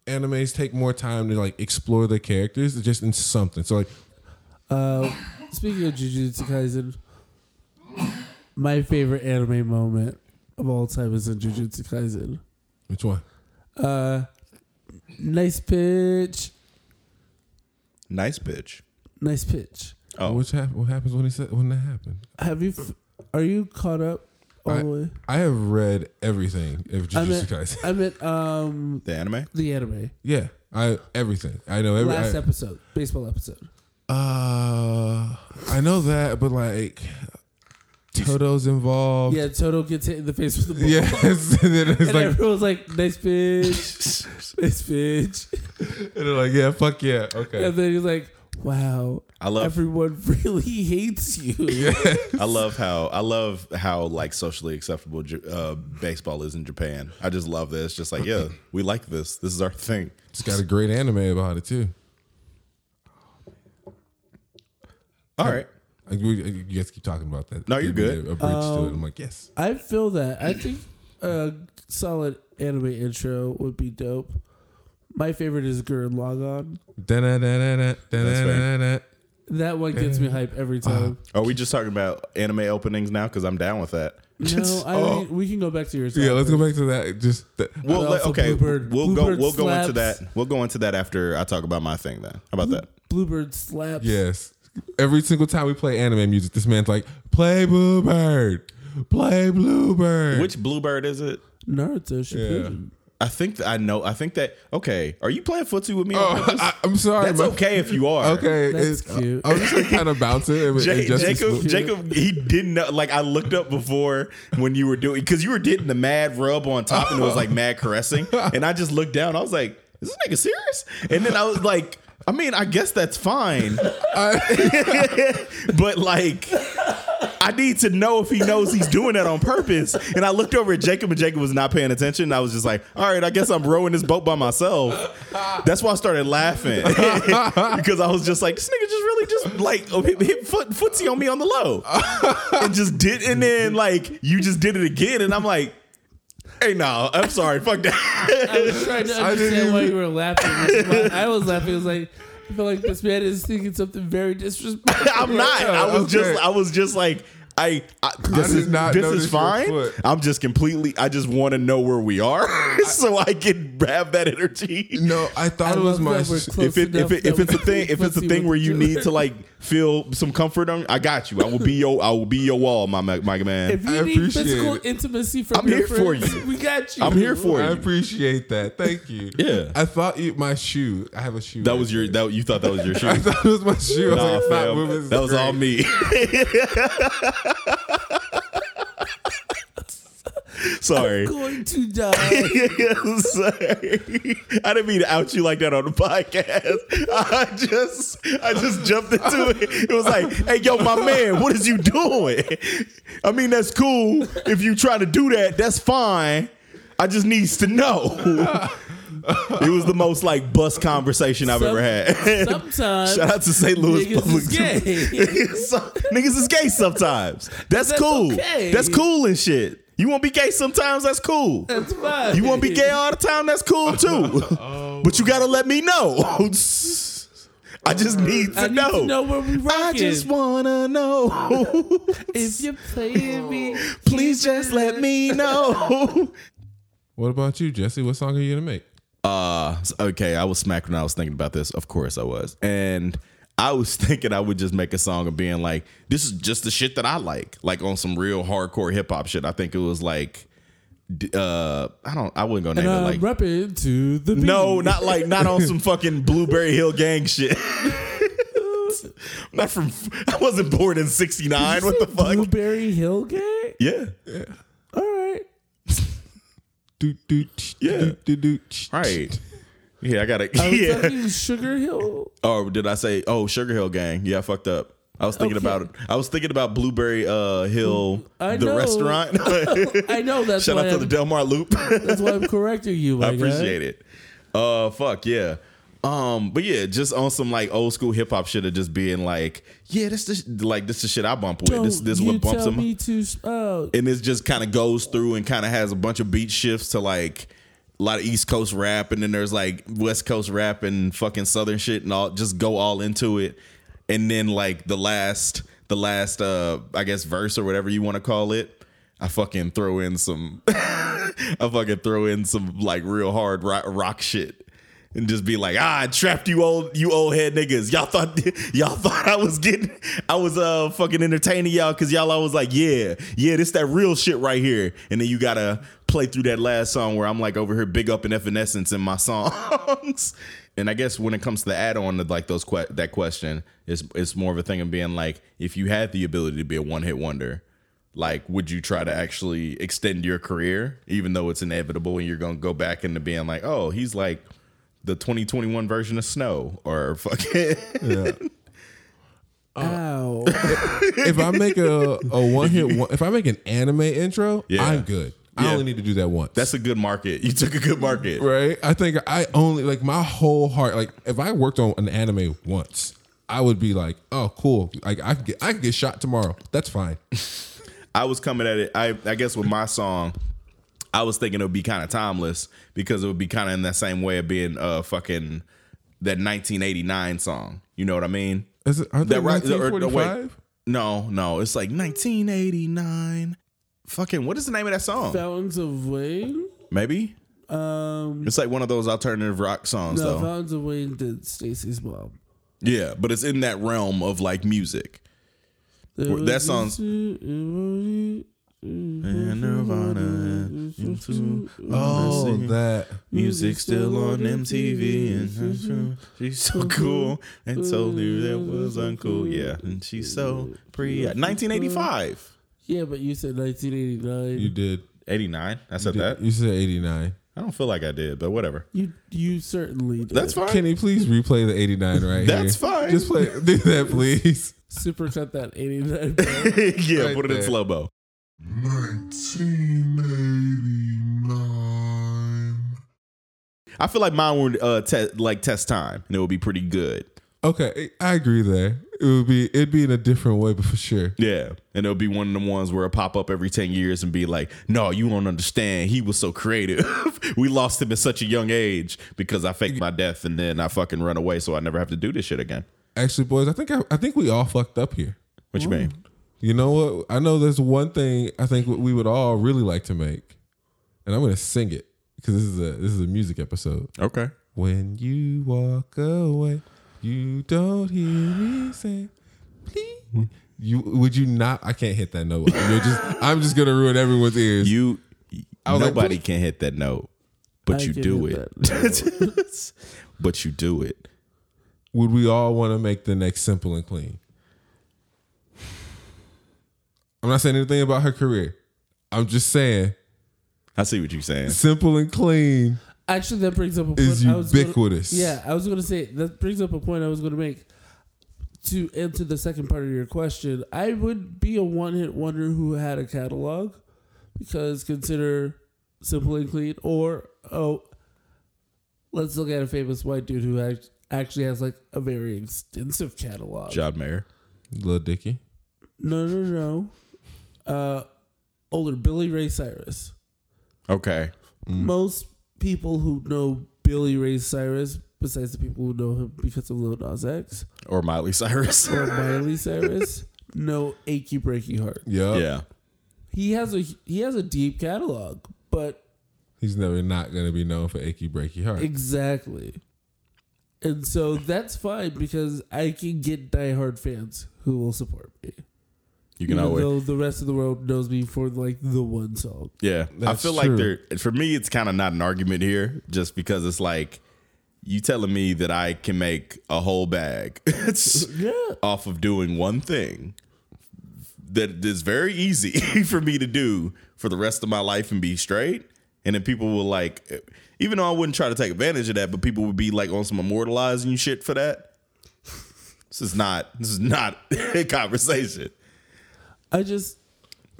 Speaker 2: animes take more time to like explore their characters just in something. So like
Speaker 1: Uh, speaking of Jujutsu Kaisen, my favorite anime moment of all time is in Jujutsu Kaisen.
Speaker 2: which one?
Speaker 1: Uh, nice pitch,
Speaker 4: nice bitch.
Speaker 1: nice pitch.
Speaker 4: Oh.
Speaker 2: Which hap- what happens when he said when that happened?
Speaker 1: Have you? F- are you caught up all
Speaker 2: I-
Speaker 1: the way?
Speaker 2: I have read everything of
Speaker 1: I
Speaker 2: Jujutsu
Speaker 1: meant,
Speaker 2: Kaisen.
Speaker 1: I meant um
Speaker 4: The anime?
Speaker 1: the anime
Speaker 2: Yeah, I everything. I know every.
Speaker 1: last
Speaker 2: I,
Speaker 1: episode, baseball episode.
Speaker 2: uh, I know that, but like Toto's involved.
Speaker 1: Yeah, Toto gets hit in the face with the ball.
Speaker 2: Yes, and then it's
Speaker 1: And
Speaker 2: like,
Speaker 1: everyone's like, nice pitch, nice pitch.
Speaker 2: and they're like, yeah, fuck yeah, okay.
Speaker 1: And then he's like, wow,
Speaker 4: I love
Speaker 1: everyone really hates you.
Speaker 4: I love how I love how like socially acceptable Ju- uh, baseball is in Japan. I just love this. Just like yeah, we like this. This is our thing.
Speaker 2: It's got a great anime about it too.
Speaker 4: All right.
Speaker 2: Like, we- you guys keep talking about that.
Speaker 4: No, you're
Speaker 2: Give me
Speaker 4: good. Um,
Speaker 2: A, a bridge to it. I'm like, yes.
Speaker 1: I feel that. I think a solid anime intro would be dope. My favorite is Gurren Lagann.
Speaker 2: Da-na-na-na-na, da-na-na-na-na.
Speaker 1: That one gets me hype every
Speaker 2: Uh,
Speaker 1: time.
Speaker 4: Are we just talking about anime openings now? Because I'm down with that. Oh,
Speaker 1: no, I we can go back to yours.
Speaker 2: Oh. Yeah, let's go back to that. Just that,
Speaker 4: Well,
Speaker 1: But
Speaker 4: let-
Speaker 1: also
Speaker 4: okay,
Speaker 1: Bluebird-
Speaker 4: we'll
Speaker 1: Bluebird
Speaker 4: go. We'll go into
Speaker 1: slaps.
Speaker 4: that. We'll go into that after I talk about my thing. Then how about that?
Speaker 1: Bluebird slaps.
Speaker 2: yes. Every single time we play anime music, this man's like, play Bluebird, play Bluebird.
Speaker 4: Which Bluebird is it?
Speaker 1: Naruto Shippuden.
Speaker 4: I think that I know. I think that. Okay, are you playing footsie with me? on
Speaker 2: Oh,
Speaker 4: purpose?
Speaker 2: I, I'm sorry.
Speaker 4: That's
Speaker 2: my-
Speaker 4: okay if you are.
Speaker 2: Okay,
Speaker 1: That's cute.
Speaker 2: I was just like, kind of bouncing. And, and
Speaker 4: Ja-
Speaker 2: just-
Speaker 4: Jacob, Jacob, he didn't know. Like I looked up before when you were doing because you were getting the mad rub on top and it was like mad caressing, and I just looked down. I was like, "Is this nigga serious?" And then I was like, "I mean, I guess that's fine, but like, I need to know if he knows he's doing that on purpose. And I looked over at Jacob, and Jacob was not paying attention. I was just like, all right, I guess I'm rowing this boat by myself. That's why I started laughing because I was just like, this nigga just really just like oh, hit, hit foot, footsie on me on the low, and just did. And then like you just did it again, and I'm like. Hey no, I'm sorry. Fuck that.
Speaker 1: I was trying to understand why you were laughing. I was laughing. I was like, I feel like this man is thinking something very disrespectful.
Speaker 4: I'm not. I was
Speaker 2: okay.
Speaker 4: just. I was just like. I, I this
Speaker 2: did
Speaker 4: is
Speaker 2: not
Speaker 4: this
Speaker 2: notice
Speaker 4: is
Speaker 2: your
Speaker 4: fine.
Speaker 2: foot.
Speaker 4: I'm just completely. I just want to know where we are so I can have that energy.
Speaker 2: No, I thought
Speaker 1: I
Speaker 2: it was
Speaker 1: love
Speaker 2: my.
Speaker 1: that we're
Speaker 2: s-
Speaker 1: close
Speaker 4: If it if
Speaker 1: enough
Speaker 4: it, if
Speaker 1: that
Speaker 4: it's a
Speaker 1: we-
Speaker 4: thing if it's a
Speaker 1: pussy
Speaker 4: thing
Speaker 1: with
Speaker 4: where you
Speaker 1: each
Speaker 4: need
Speaker 1: other.
Speaker 4: to like feel some comfort on, I got you. I will be your I will be your wall, my ma- my
Speaker 1: If
Speaker 4: man.
Speaker 1: you
Speaker 2: I
Speaker 1: need
Speaker 2: appreciate
Speaker 1: physical
Speaker 2: it.
Speaker 1: intimacy from
Speaker 4: I'm
Speaker 1: your
Speaker 4: here for
Speaker 1: friends,
Speaker 4: you.
Speaker 1: we got you.
Speaker 4: I'm here for
Speaker 2: I
Speaker 4: you.
Speaker 2: appreciate that. Thank you.
Speaker 4: Yeah.
Speaker 2: I thought you my shoe. I have a shoe.
Speaker 4: That
Speaker 2: right
Speaker 4: was your
Speaker 2: there.
Speaker 4: that you thought that was your shoe.
Speaker 2: I thought it was my shoe. I was
Speaker 4: Nah,
Speaker 2: like, it's not
Speaker 4: fam.
Speaker 2: moving. It's
Speaker 4: that was all
Speaker 2: great.
Speaker 4: me. Sorry.
Speaker 1: going to die.
Speaker 4: Yes, sorry. I didn't mean to out you like that on the podcast. I just I just jumped into it. It was like, hey yo, my man, what is you doing? I mean, that's cool. If you try to do that, that's fine. I just needs to know. it was the most like bus conversation I've ever had.
Speaker 1: Sometimes
Speaker 4: Shout out to St. Louis
Speaker 1: niggas
Speaker 4: Public
Speaker 1: is gay.
Speaker 4: So- niggas is gay sometimes. That's,
Speaker 1: That's
Speaker 4: cool.
Speaker 1: okay.
Speaker 4: That's cool and shit. You want to be gay sometimes? That's cool.
Speaker 1: That's fine.
Speaker 4: You want to be gay all the time? That's cool too.
Speaker 1: Oh.
Speaker 4: But you got to let me know. I just need to
Speaker 1: I need
Speaker 4: know.
Speaker 1: to know where we rocking.
Speaker 4: I just want to know.
Speaker 1: if you're playing me,
Speaker 4: Please just let me know.
Speaker 2: What about you, Jesse? What song are you gonna make?
Speaker 4: Uh, okay, I was smacked when I was thinking about this. Of course I was. And I was thinking I would just make a song of being like, this is just the shit that I like. Like on some real hardcore hip hop shit. I think it was like d- uh I don't I wouldn't go name
Speaker 1: and uh, I'm
Speaker 4: it like
Speaker 1: repping to the beat.
Speaker 4: No, not like not on some fucking Blueberry Hill gang shit. not from I wasn't born in 69. What the fuck?
Speaker 1: Blueberry Hill gang.
Speaker 4: yeah.
Speaker 1: All right.
Speaker 2: Do do tch,
Speaker 4: Yeah.
Speaker 2: do do do. tch, tch.
Speaker 4: Right. Yeah, I gotta
Speaker 1: I was
Speaker 4: yeah.
Speaker 1: talking Sugar Hill.
Speaker 4: Oh, did I say? Oh, Sugar Hill Gang. Yeah, I fucked up. I was thinking
Speaker 1: Okay.
Speaker 4: about I was thinking about Blueberry uh, Hill,
Speaker 1: I
Speaker 4: the
Speaker 1: know.
Speaker 4: restaurant.
Speaker 1: I know that's
Speaker 4: Shout
Speaker 1: why
Speaker 4: out to
Speaker 1: I'm,
Speaker 4: the Delmar Loop.
Speaker 1: that's why I'm correcting you. My
Speaker 4: I appreciate it. Uh, fuck yeah. Um, but yeah, just on some like old school hip hop shit of just being like, yeah, this this like this the shit I bump with.
Speaker 1: Don't
Speaker 4: this this
Speaker 1: you
Speaker 4: what bumps
Speaker 1: tell
Speaker 4: him
Speaker 1: me to. Oh,
Speaker 4: and it just kind of goes through and kind of has a bunch of beat shifts to like a lot of East Coast rap, and then there's like West Coast rap and fucking Southern shit, and all just go all into it, and then like the last, the last, uh, I guess verse or whatever you want to call it, I fucking throw in some, I fucking throw in some like real hard rock, rock shit. And just be like, ah, I trapped you old, you old head niggas. Y'all thought, y'all thought I was getting, I was uh fucking entertaining y'all because y'all always like, yeah, yeah, this that real shit right here. And then you gotta play through that last song where I'm like over here big up and evanescence in my songs. and I guess when it comes to the add on to like those que- that question, it's it's more of a thing of being like, if you had the ability to be a one hit wonder, like would you try to actually extend your career even though it's inevitable and you're going to go back into being like oh he's like the 2021 version of snow or fucking Oh.
Speaker 1: ow.
Speaker 2: If I make a, a one hit, one, if I make an anime intro,
Speaker 4: Yeah.
Speaker 2: I'm good. I
Speaker 4: Yeah.
Speaker 2: only need to do that once.
Speaker 4: that's a good market you took a good market
Speaker 2: right. I think I only like my whole heart. Like if I worked on an anime once, I would be like, oh, cool. Like I could get, I could get shot tomorrow. That's fine.
Speaker 4: i was coming at it i, I guess with my song i was thinking it would be kind of timeless because it would be kind of in that same way of being uh fucking that 1989 song you know what i mean
Speaker 2: Is it, aren't they
Speaker 4: that right or, no,
Speaker 2: 1945?
Speaker 4: wait. no no it's like 1989 fucking what is the name of that song
Speaker 1: Fountains of Wayne.
Speaker 4: maybe
Speaker 1: Um,
Speaker 4: It's like one of those alternative rock songs,
Speaker 1: no,
Speaker 4: though.
Speaker 1: Fountains of Wayne did Stacy's mom.
Speaker 4: yeah, but it's in that realm of like music.
Speaker 1: There
Speaker 4: That
Speaker 1: was
Speaker 4: sounds-
Speaker 1: this-
Speaker 4: And
Speaker 1: mm,
Speaker 4: Nirvana, into
Speaker 2: Oh,
Speaker 4: Mercy.
Speaker 2: that.
Speaker 4: music
Speaker 1: mm,
Speaker 4: still on MTV, and she's so cool. And told you that was uncool. Yeah, and she's so pretty. 1985,
Speaker 1: Yeah, but you said 1989.
Speaker 2: You
Speaker 1: You
Speaker 2: did.
Speaker 4: 89. I said
Speaker 2: did-
Speaker 4: that.
Speaker 2: You said 89.
Speaker 4: I don't feel like I did, but whatever.
Speaker 1: you, certainly did.
Speaker 4: That's fine.
Speaker 2: Kenny, please replay the 89 right here.
Speaker 4: That's fine.
Speaker 2: Just play do that, please.
Speaker 1: Super cut that 89 part.
Speaker 4: yeah,
Speaker 2: Right
Speaker 4: put it
Speaker 2: there.
Speaker 4: in slow mo.
Speaker 6: 1989.
Speaker 4: I feel like mine would uh, te- like test time, and it would be pretty good.
Speaker 2: Okay, I agree there. It would be it'd be in a different way, but for sure.
Speaker 4: Yeah, and it'll be one of the ones where it pop up every ten years and be like, "No, you won't understand. He was so creative. we lost him at such a young age because I faked my death and then I fucking run away, so I never have to do this shit again."
Speaker 2: Actually, boys, I think I, I think we all fucked up here.
Speaker 4: What you mean?
Speaker 2: You know what? I know there's one thing I think we would all really like to make, and I'm gonna sing it because this is a this is a music episode.
Speaker 4: Okay.
Speaker 2: When you walk away, you don't hear me say, "Please." You would you not? I can't hit that note. You're just. I'm just gonna ruin everyone's ears.
Speaker 4: You.
Speaker 2: was like,
Speaker 4: Nobody can hit that note, but
Speaker 1: I
Speaker 4: you
Speaker 1: can
Speaker 4: do
Speaker 1: hit
Speaker 4: it. but you do it.
Speaker 2: would we all want to make the next simple and clean? I'm not saying anything about her career. I'm just saying
Speaker 4: I see what you're saying.
Speaker 2: simple and clean.
Speaker 1: Actually, that brings up a point.
Speaker 2: Is
Speaker 1: I was gonna-
Speaker 2: ubiquitous.
Speaker 1: yeah, I was going to say that brings up a point I was going to make. To answer the second part of your question, I would be a one-hit wonder who had a catalog, because consider Simple and Clean, or oh, let's look at a famous white dude who act- actually has like a very extensive catalog.
Speaker 4: John Mayer.
Speaker 2: Lil Dicky.
Speaker 1: No, no, no. Uh, older Billy Ray Cyrus.
Speaker 4: Okay.
Speaker 1: Most people who know Billy Ray Cyrus, besides the people who know him because of Lil Nas X
Speaker 4: Or Miley Cyrus.
Speaker 1: or Miley Cyrus, know "Achy Breaky Heart."
Speaker 2: Yeah.
Speaker 4: yeah.
Speaker 1: He has a he has a deep catalog, but
Speaker 2: He's never not gonna be known for achy breaky heart.
Speaker 1: exactly. And so that's fine because I can get diehard fans who will support me.
Speaker 4: You
Speaker 1: Even
Speaker 4: can always.
Speaker 1: though the rest of the world knows me for like the one song.
Speaker 4: Yeah, I
Speaker 2: That's
Speaker 4: feel
Speaker 2: true.
Speaker 4: like there. For me, it's kind of not an argument here, just because it's like you telling me that I can make a whole bag
Speaker 1: Yeah.
Speaker 4: off of doing one thing that is very easy for me to do for the rest of my life and be straight. And then people will like, even though I wouldn't try to take advantage of that, but people would be like on some immortalizing shit for that. This is not. This is not a conversation.
Speaker 1: I just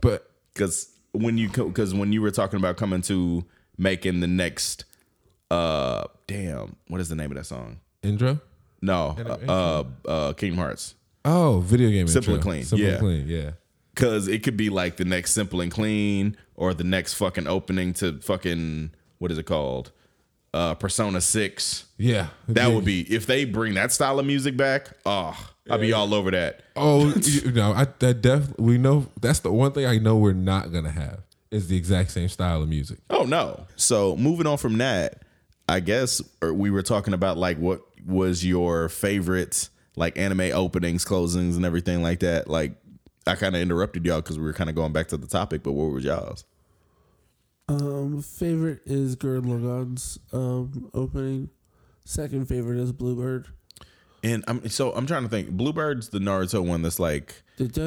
Speaker 2: But
Speaker 4: because when you because when you were talking about coming to making the next uh damn what is the name of that song
Speaker 2: intro?
Speaker 4: no uh uh kingdom hearts
Speaker 2: Oh, video game intro.
Speaker 4: Simple and clean,
Speaker 2: Simple
Speaker 4: yeah.
Speaker 2: and clean, yeah.
Speaker 4: because it could be like the next simple and clean or the next fucking opening to fucking what is it called uh persona 6
Speaker 2: Yeah.
Speaker 4: that would be if they bring that style of music back oh i'd be all over that
Speaker 2: Oh you know, I that def we know that's the one thing I know we're not gonna have is the exact same style of music.
Speaker 4: Oh no. So moving on from that, I guess or we were talking about like what was your favorite like anime openings, closings, and everything like that. Like I kind of interrupted y'all because we were kind of going back to the topic, but what was y'all's?
Speaker 1: Um, favorite is Gurren Lagann's um opening. Second favorite is Bluebird.
Speaker 4: And I'm so I'm trying to think. Bluebird's the Naruto one that's like,
Speaker 1: Pretty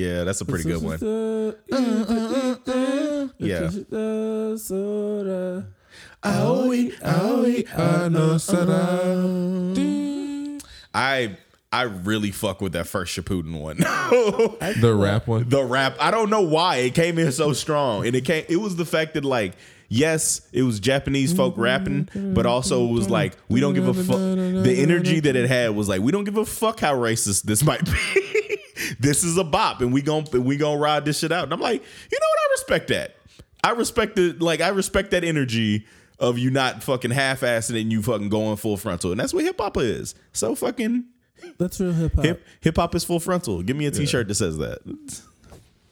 Speaker 4: yeah, that's a pretty good one. Yeah.
Speaker 1: Aoi, aoi,
Speaker 4: Uh,
Speaker 1: ano
Speaker 4: I I really fuck with that first Shippuden one.
Speaker 2: The rap one.
Speaker 4: the rap. I don't know why it came in so strong, and it came. It was the fact that like. Yes, it was Japanese folk rapping, but also it was like we don't give a fuck. The energy that it had was like we don't give a fuck how racist this might be. this is a bop, and we gon' and we gonna ride this shit out. And I'm like, you know what? I respect that. I respect the like I respect that energy of you not fucking half assing and you fucking going full frontal, and that's what hip hop is. So fucking
Speaker 1: That's real hip hop.
Speaker 4: hip hip hop is full frontal. Give me a T-shirt that says that.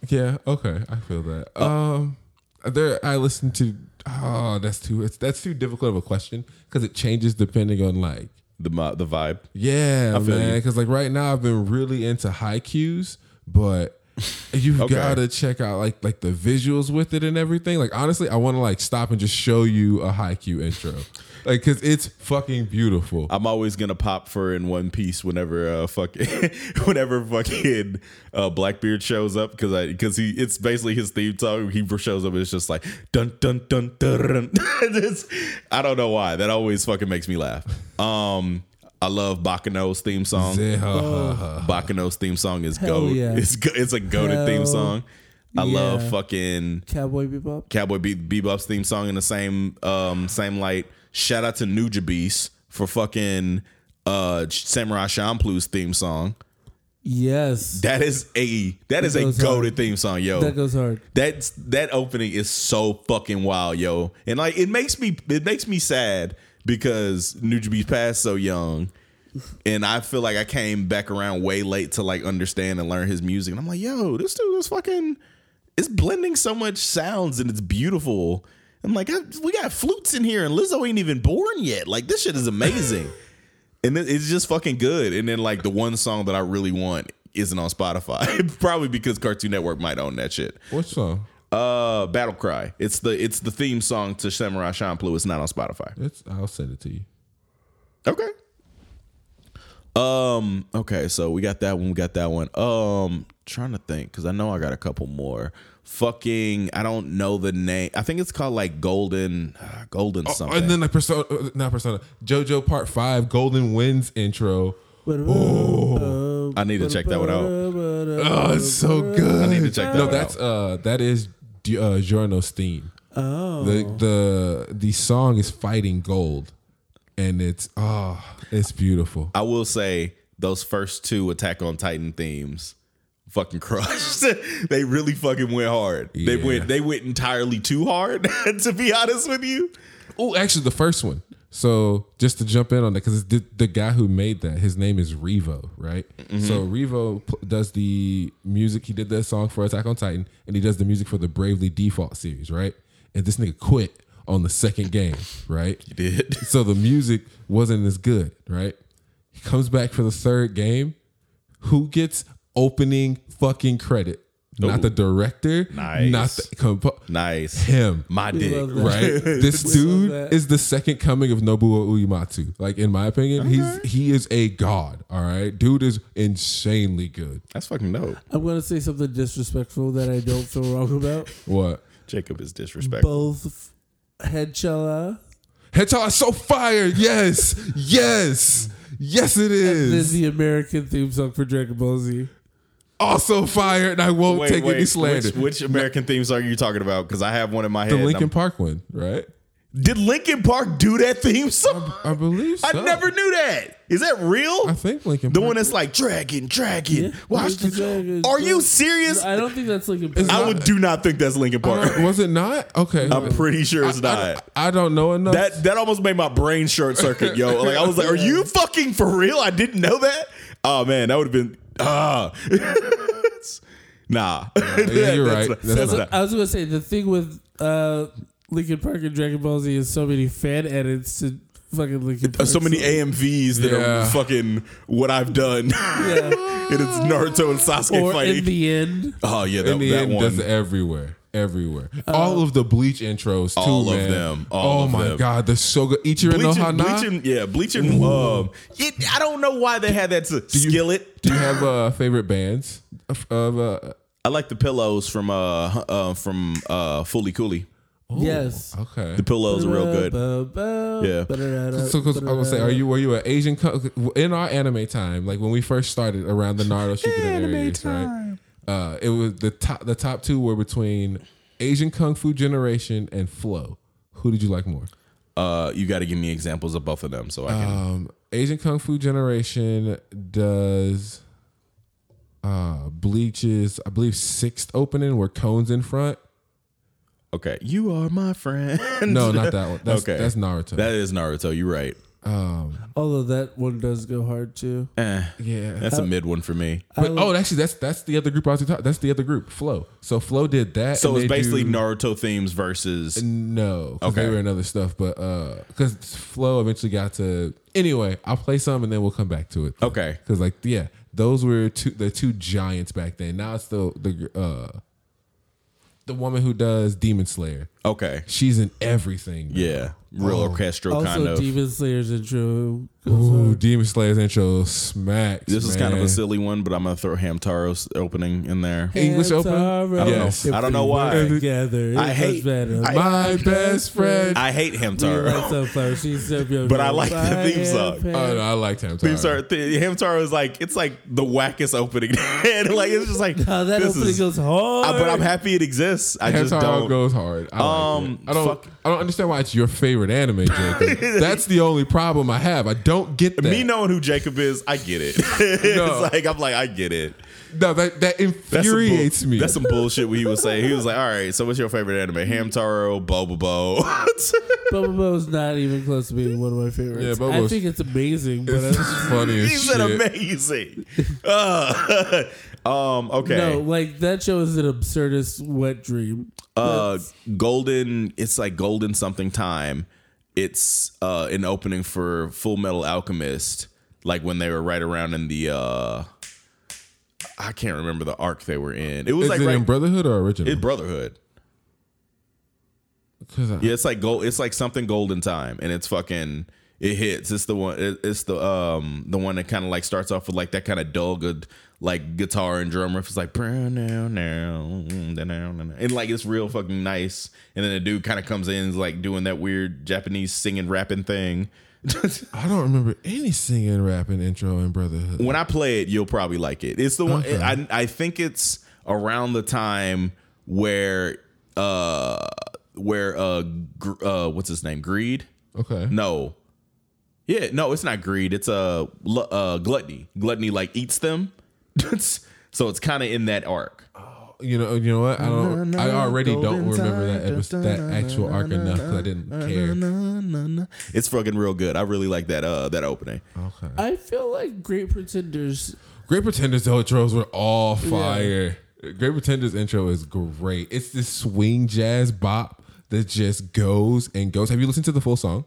Speaker 2: Yeah, okay, I feel that.
Speaker 4: Uh,
Speaker 2: um, there I listen to. Oh, that's too. It's, that's too difficult of a question because it changes depending on like.
Speaker 4: the mo- the vibe.
Speaker 2: Yeah,
Speaker 4: feel
Speaker 2: man.
Speaker 4: you.
Speaker 2: Because like right now, I've been really into high cues, but you've
Speaker 4: Okay.
Speaker 2: got to check out like like the visuals with it and everything. Like honestly, I want to like stop and just show you a high cue intro, like because it's fucking beautiful.
Speaker 4: I'm always gonna pop for in one piece whenever uh fucking whenever fucking uh Blackbeard shows up because I because he it's basically his theme song. He shows up and it's just like dun dun dun dun. dun. It's- I don't know why that always fucking makes me laugh. Um, I love Bacano's theme song.
Speaker 2: Zeh, ha, ha, ha.
Speaker 4: Bacano's theme song is
Speaker 1: Hell
Speaker 4: goat.
Speaker 1: yeah.
Speaker 4: It's go- it's a goaded theme
Speaker 1: Hell
Speaker 4: song. I love
Speaker 1: yeah.
Speaker 4: fucking
Speaker 1: Cowboy Bebop.
Speaker 4: Cowboy Be- Bebop's theme song in the same um same light. Shout out to Nuja Beast for fucking uh Samurai Champloo's theme song.
Speaker 1: Yes, that,
Speaker 4: That is a that is a
Speaker 1: goes
Speaker 4: goaded
Speaker 1: hard.
Speaker 4: theme song, yo.
Speaker 1: goes hard.
Speaker 4: That's that opening is so fucking wild, yo. And like it makes me it makes me sad because Nujibe's passed so young. And I feel like I came back around way late to like understand and learn his music. And I'm like, yo, this dude is fucking it's blending so much sounds and it's beautiful. I'm like, I, we got flutes in here and Lizzo ain't even born yet. Like this shit is amazing. and it- it's just fucking good. And then like the one song that I really want isn't on Spotify, probably because Cartoon Network might own that shit.
Speaker 2: What song?
Speaker 4: Uh, Battle Cry. It's the it's the theme song to Samurai Champloo. It's not on Spotify.
Speaker 2: It's, I'll send it to you.
Speaker 4: Okay. Um. Okay. So we got that one. We got that one. Um. Trying to think because I know I got a couple more. Fucking. I don't know the name. I think it's called like Golden. uh, Golden something.
Speaker 2: Oh, And then like persona, uh, not persona, JoJo Part Five, Golden Winds intro.
Speaker 4: I need to check that one out.
Speaker 2: Oh, it's so good. I
Speaker 4: need to check that
Speaker 2: No,
Speaker 4: one
Speaker 2: that's uh, that is D- uh, Giorno's theme. Oh, the the the song is fighting gold, and it's oh, it's beautiful.
Speaker 4: I will say those first two Attack on Titan themes fucking crushed. they really fucking went hard. They
Speaker 2: Yeah.
Speaker 4: went they went entirely too hard to be honest with you.
Speaker 2: Oh, actually, the first one. So just to jump in on that, because the, the guy who made that, his name is Revo, right? So
Speaker 4: Mm-hmm.
Speaker 2: Revo p- does the music. He did that song for Attack on Titan, and he does the music for the Bravely Default series, right? And this nigga quit on the second game, right? He
Speaker 4: did.
Speaker 2: So the music wasn't as good, right? He comes back for the third game. Who gets opening fucking credit? Not the director. Not
Speaker 4: Nice.
Speaker 2: the compo-
Speaker 4: Nice.
Speaker 2: him
Speaker 4: My
Speaker 1: We
Speaker 4: dick.
Speaker 1: love that.
Speaker 2: right? this dude
Speaker 1: that.
Speaker 2: is the second coming of Nobuo Uematsu. Like in my opinion, he's he is a god. All right, dude is insanely good.
Speaker 4: That's fucking dope.
Speaker 1: I'm gonna say something disrespectful that I don't feel wrong about.
Speaker 2: What?
Speaker 4: Jacob is disrespectful.
Speaker 1: Both Headshella
Speaker 2: Hentai is so fire. Yes, yes, yes.
Speaker 1: and
Speaker 2: It
Speaker 1: then
Speaker 2: is
Speaker 1: the American theme song for Dragon Ball Z.
Speaker 2: also fire, and I won't
Speaker 4: Wait,
Speaker 2: take
Speaker 4: wait,
Speaker 2: any slander.
Speaker 4: Which, which American themes are you talking about? Because I have one in my head.
Speaker 2: the
Speaker 4: and
Speaker 2: Lincoln
Speaker 4: I'm-
Speaker 2: Park one, right?
Speaker 4: Did Lincoln Park do that theme song?
Speaker 2: I believe. So.
Speaker 4: I never knew that. Is that real?
Speaker 2: I think Lincoln.
Speaker 4: the
Speaker 2: Park-
Speaker 4: one that's like dragon, dragon. Watch the
Speaker 1: Dragon, dragon,
Speaker 4: Are you
Speaker 1: dragon.
Speaker 4: serious?
Speaker 1: I don't think that's like
Speaker 4: I
Speaker 1: a.
Speaker 4: would do not think that's Lincoln Park.
Speaker 2: Uh, was it not? Okay,
Speaker 4: I'm pretty sure it's
Speaker 2: I,
Speaker 4: not.
Speaker 2: I don't know enough.
Speaker 4: That that almost made my brain short circuit, yo. Like I was like, "Are you fucking for real? I didn't know that." Oh man, that would have been ah. nah,
Speaker 2: yeah, you're right.
Speaker 4: That's
Speaker 2: That's
Speaker 4: not- that's
Speaker 2: not-
Speaker 4: not-
Speaker 1: I was gonna say the thing with uh, Lincoln Park and Dragon Ball Z is so many fan edits to fucking Lincoln Park.
Speaker 4: Uh, so many
Speaker 1: songs.
Speaker 4: AMVs that are
Speaker 2: Yeah.
Speaker 4: fucking what I've done. it is Naruto and Sasuke
Speaker 1: or in
Speaker 4: fighting.
Speaker 1: the end.
Speaker 4: oh yeah, that,
Speaker 2: in the
Speaker 4: that
Speaker 2: end,
Speaker 4: one.
Speaker 2: does it everywhere, everywhere. all of the Bleach intros, too,
Speaker 4: all of
Speaker 2: man.
Speaker 4: them, all
Speaker 2: oh
Speaker 4: of
Speaker 2: my
Speaker 4: them.
Speaker 2: god, they're so good. Ichiro no
Speaker 4: Bleaching,
Speaker 2: Hana.
Speaker 4: bleaching, yeah, bleaching. Um, it, I don't know why they had that to skillet.
Speaker 2: Do you have uh, favorite bands of? of uh,
Speaker 4: I like the pillows from uh hu- uh from uh Fully Cooley. Oh.
Speaker 1: yes.
Speaker 2: okay.
Speaker 4: The pillows are real good. Yeah.
Speaker 1: Yeah.
Speaker 2: So, 'cause I was gonna say, are you were you an Asian co- in our anime time? Like when we first started around the Naruto Shippuden areas, right? Uh, it was the top. The top two were between Asian Kung Fu Generation and Flow. Who did you like more?
Speaker 4: Uh, you got to give me examples of both of them so I can.
Speaker 2: Um, Asian Kung Fu Generation does uh Bleach's, I believe, sixth opening where Cone's in front.
Speaker 1: Uh,
Speaker 4: okay, you are my friend.
Speaker 2: No, not that one. That's,
Speaker 4: Okay.
Speaker 2: that's Naruto.
Speaker 4: that is Naruto. You're right.
Speaker 1: Although that one does go hard too.
Speaker 4: Eh,
Speaker 2: yeah.
Speaker 4: that's a mid one for me.
Speaker 2: But, oh, actually, that's that's the other group I was talking. That's the other group, Flow. So Flow did that.
Speaker 4: So
Speaker 2: and
Speaker 4: it's
Speaker 2: they
Speaker 4: basically
Speaker 2: do-
Speaker 4: Naruto themes versus.
Speaker 2: No, because
Speaker 4: Okay.
Speaker 2: they were in other stuff, but uh, because Flow eventually got to anyway. I'll play some and then we'll come back to it.
Speaker 4: Okay.
Speaker 2: because like yeah, those were two the two giants back then. Now it's the the uh, the woman who does Demon Slayer.
Speaker 4: Okay.
Speaker 2: She's in everything. now.
Speaker 4: Yeah. real orchestral
Speaker 1: Oh, also,
Speaker 4: kind of.
Speaker 1: Demon Slayer's intro.
Speaker 2: Ooh, Demon Slayer's intro smacks.
Speaker 4: This is kind of
Speaker 2: man.
Speaker 4: a silly one, but I'm gonna throw Hamtaro's opening in there.
Speaker 2: English
Speaker 1: Hands
Speaker 2: Open?
Speaker 1: are
Speaker 2: I don't know.
Speaker 1: raised. If
Speaker 4: I don't know
Speaker 1: we
Speaker 4: why.
Speaker 1: work Together,
Speaker 4: I
Speaker 1: it's
Speaker 4: hate-
Speaker 1: much better.
Speaker 4: I-
Speaker 2: My best friend.
Speaker 4: I hate
Speaker 1: Like
Speaker 4: Hamtaro.
Speaker 1: sunflower, she's so beautiful.
Speaker 4: But I like the
Speaker 1: I
Speaker 4: theme
Speaker 1: am
Speaker 4: song.
Speaker 1: proud.
Speaker 2: oh, no, I liked him.
Speaker 4: Theme Star, th- Hamtaro is like it's like the wackest opening, and like it's just like
Speaker 1: Oh, that
Speaker 4: this
Speaker 1: opening
Speaker 4: is-
Speaker 1: goes hard.
Speaker 4: I- but I'm happy it exists. I just don't.
Speaker 2: goes hard. I, like
Speaker 4: Um,
Speaker 2: it. I don't.
Speaker 4: fuck.
Speaker 2: I don't understand why it's your favorite anime, Jacob. That's the only problem I have. I don't get that.
Speaker 4: Me knowing who Jacob is, I get it. it's
Speaker 2: No.
Speaker 4: like I'm like I get it.
Speaker 2: no, that that
Speaker 4: That's some bull-
Speaker 2: infuriates me.
Speaker 4: That's some bullshit. What he was saying. He was like, "All right, so what's your favorite anime? Hamtaro, Bobobo."
Speaker 1: Bubba Bo's not even close to being one of my favorites.
Speaker 2: Yeah, Bubba
Speaker 1: I
Speaker 2: Bo's-
Speaker 1: think it's amazing, but
Speaker 2: it's
Speaker 1: I-
Speaker 2: funny as
Speaker 4: He's
Speaker 2: shit.
Speaker 4: an amazing. Uh, um, okay.
Speaker 1: uh, no, like that show is an absurdist wet dream.
Speaker 4: uh golden it's like golden something time it's uh an opening for full metal alchemist like when they were right around in the uh i can't remember the arc they were in it was
Speaker 2: Is
Speaker 4: like
Speaker 2: it
Speaker 4: right,
Speaker 2: in Brotherhood or original?
Speaker 4: it's brotherhood
Speaker 2: 'Cause I-
Speaker 4: yeah it's like gold it's like something golden time and it's fucking it hits it's the one it- it's the um the one that kind of like starts off with like that kind of dull good like guitar and drum riff it's like "Brow, now now da, now, now, now." and like it's real fucking nice and then the dude kind of comes in and is like doing that weird japanese singing rapping thing
Speaker 2: I don't remember any singing, rapping intro in Brotherhood.
Speaker 4: when i play it you'll probably like it it's the one
Speaker 2: Okay.
Speaker 4: I, I think it's around the time where uh where uh gr- uh what's his name greed
Speaker 2: okay.
Speaker 4: No. Yeah, no, it's not greed. It's a uh, uh, gluttony. Gluttony like eats them. so it's kind of in that arc.
Speaker 2: Ah, You know, you know what? I don't. I already don't remember that episode, that actual arc enough because I didn't care.
Speaker 4: It's fucking real good. I really like that uh that opening.
Speaker 2: Okay.
Speaker 1: I feel like Great Pretenders.
Speaker 2: Great Pretenders intros were all fire. Great Pretenders intro is great. It's this swing jazz bop that just goes and goes. Have you listened to the full song?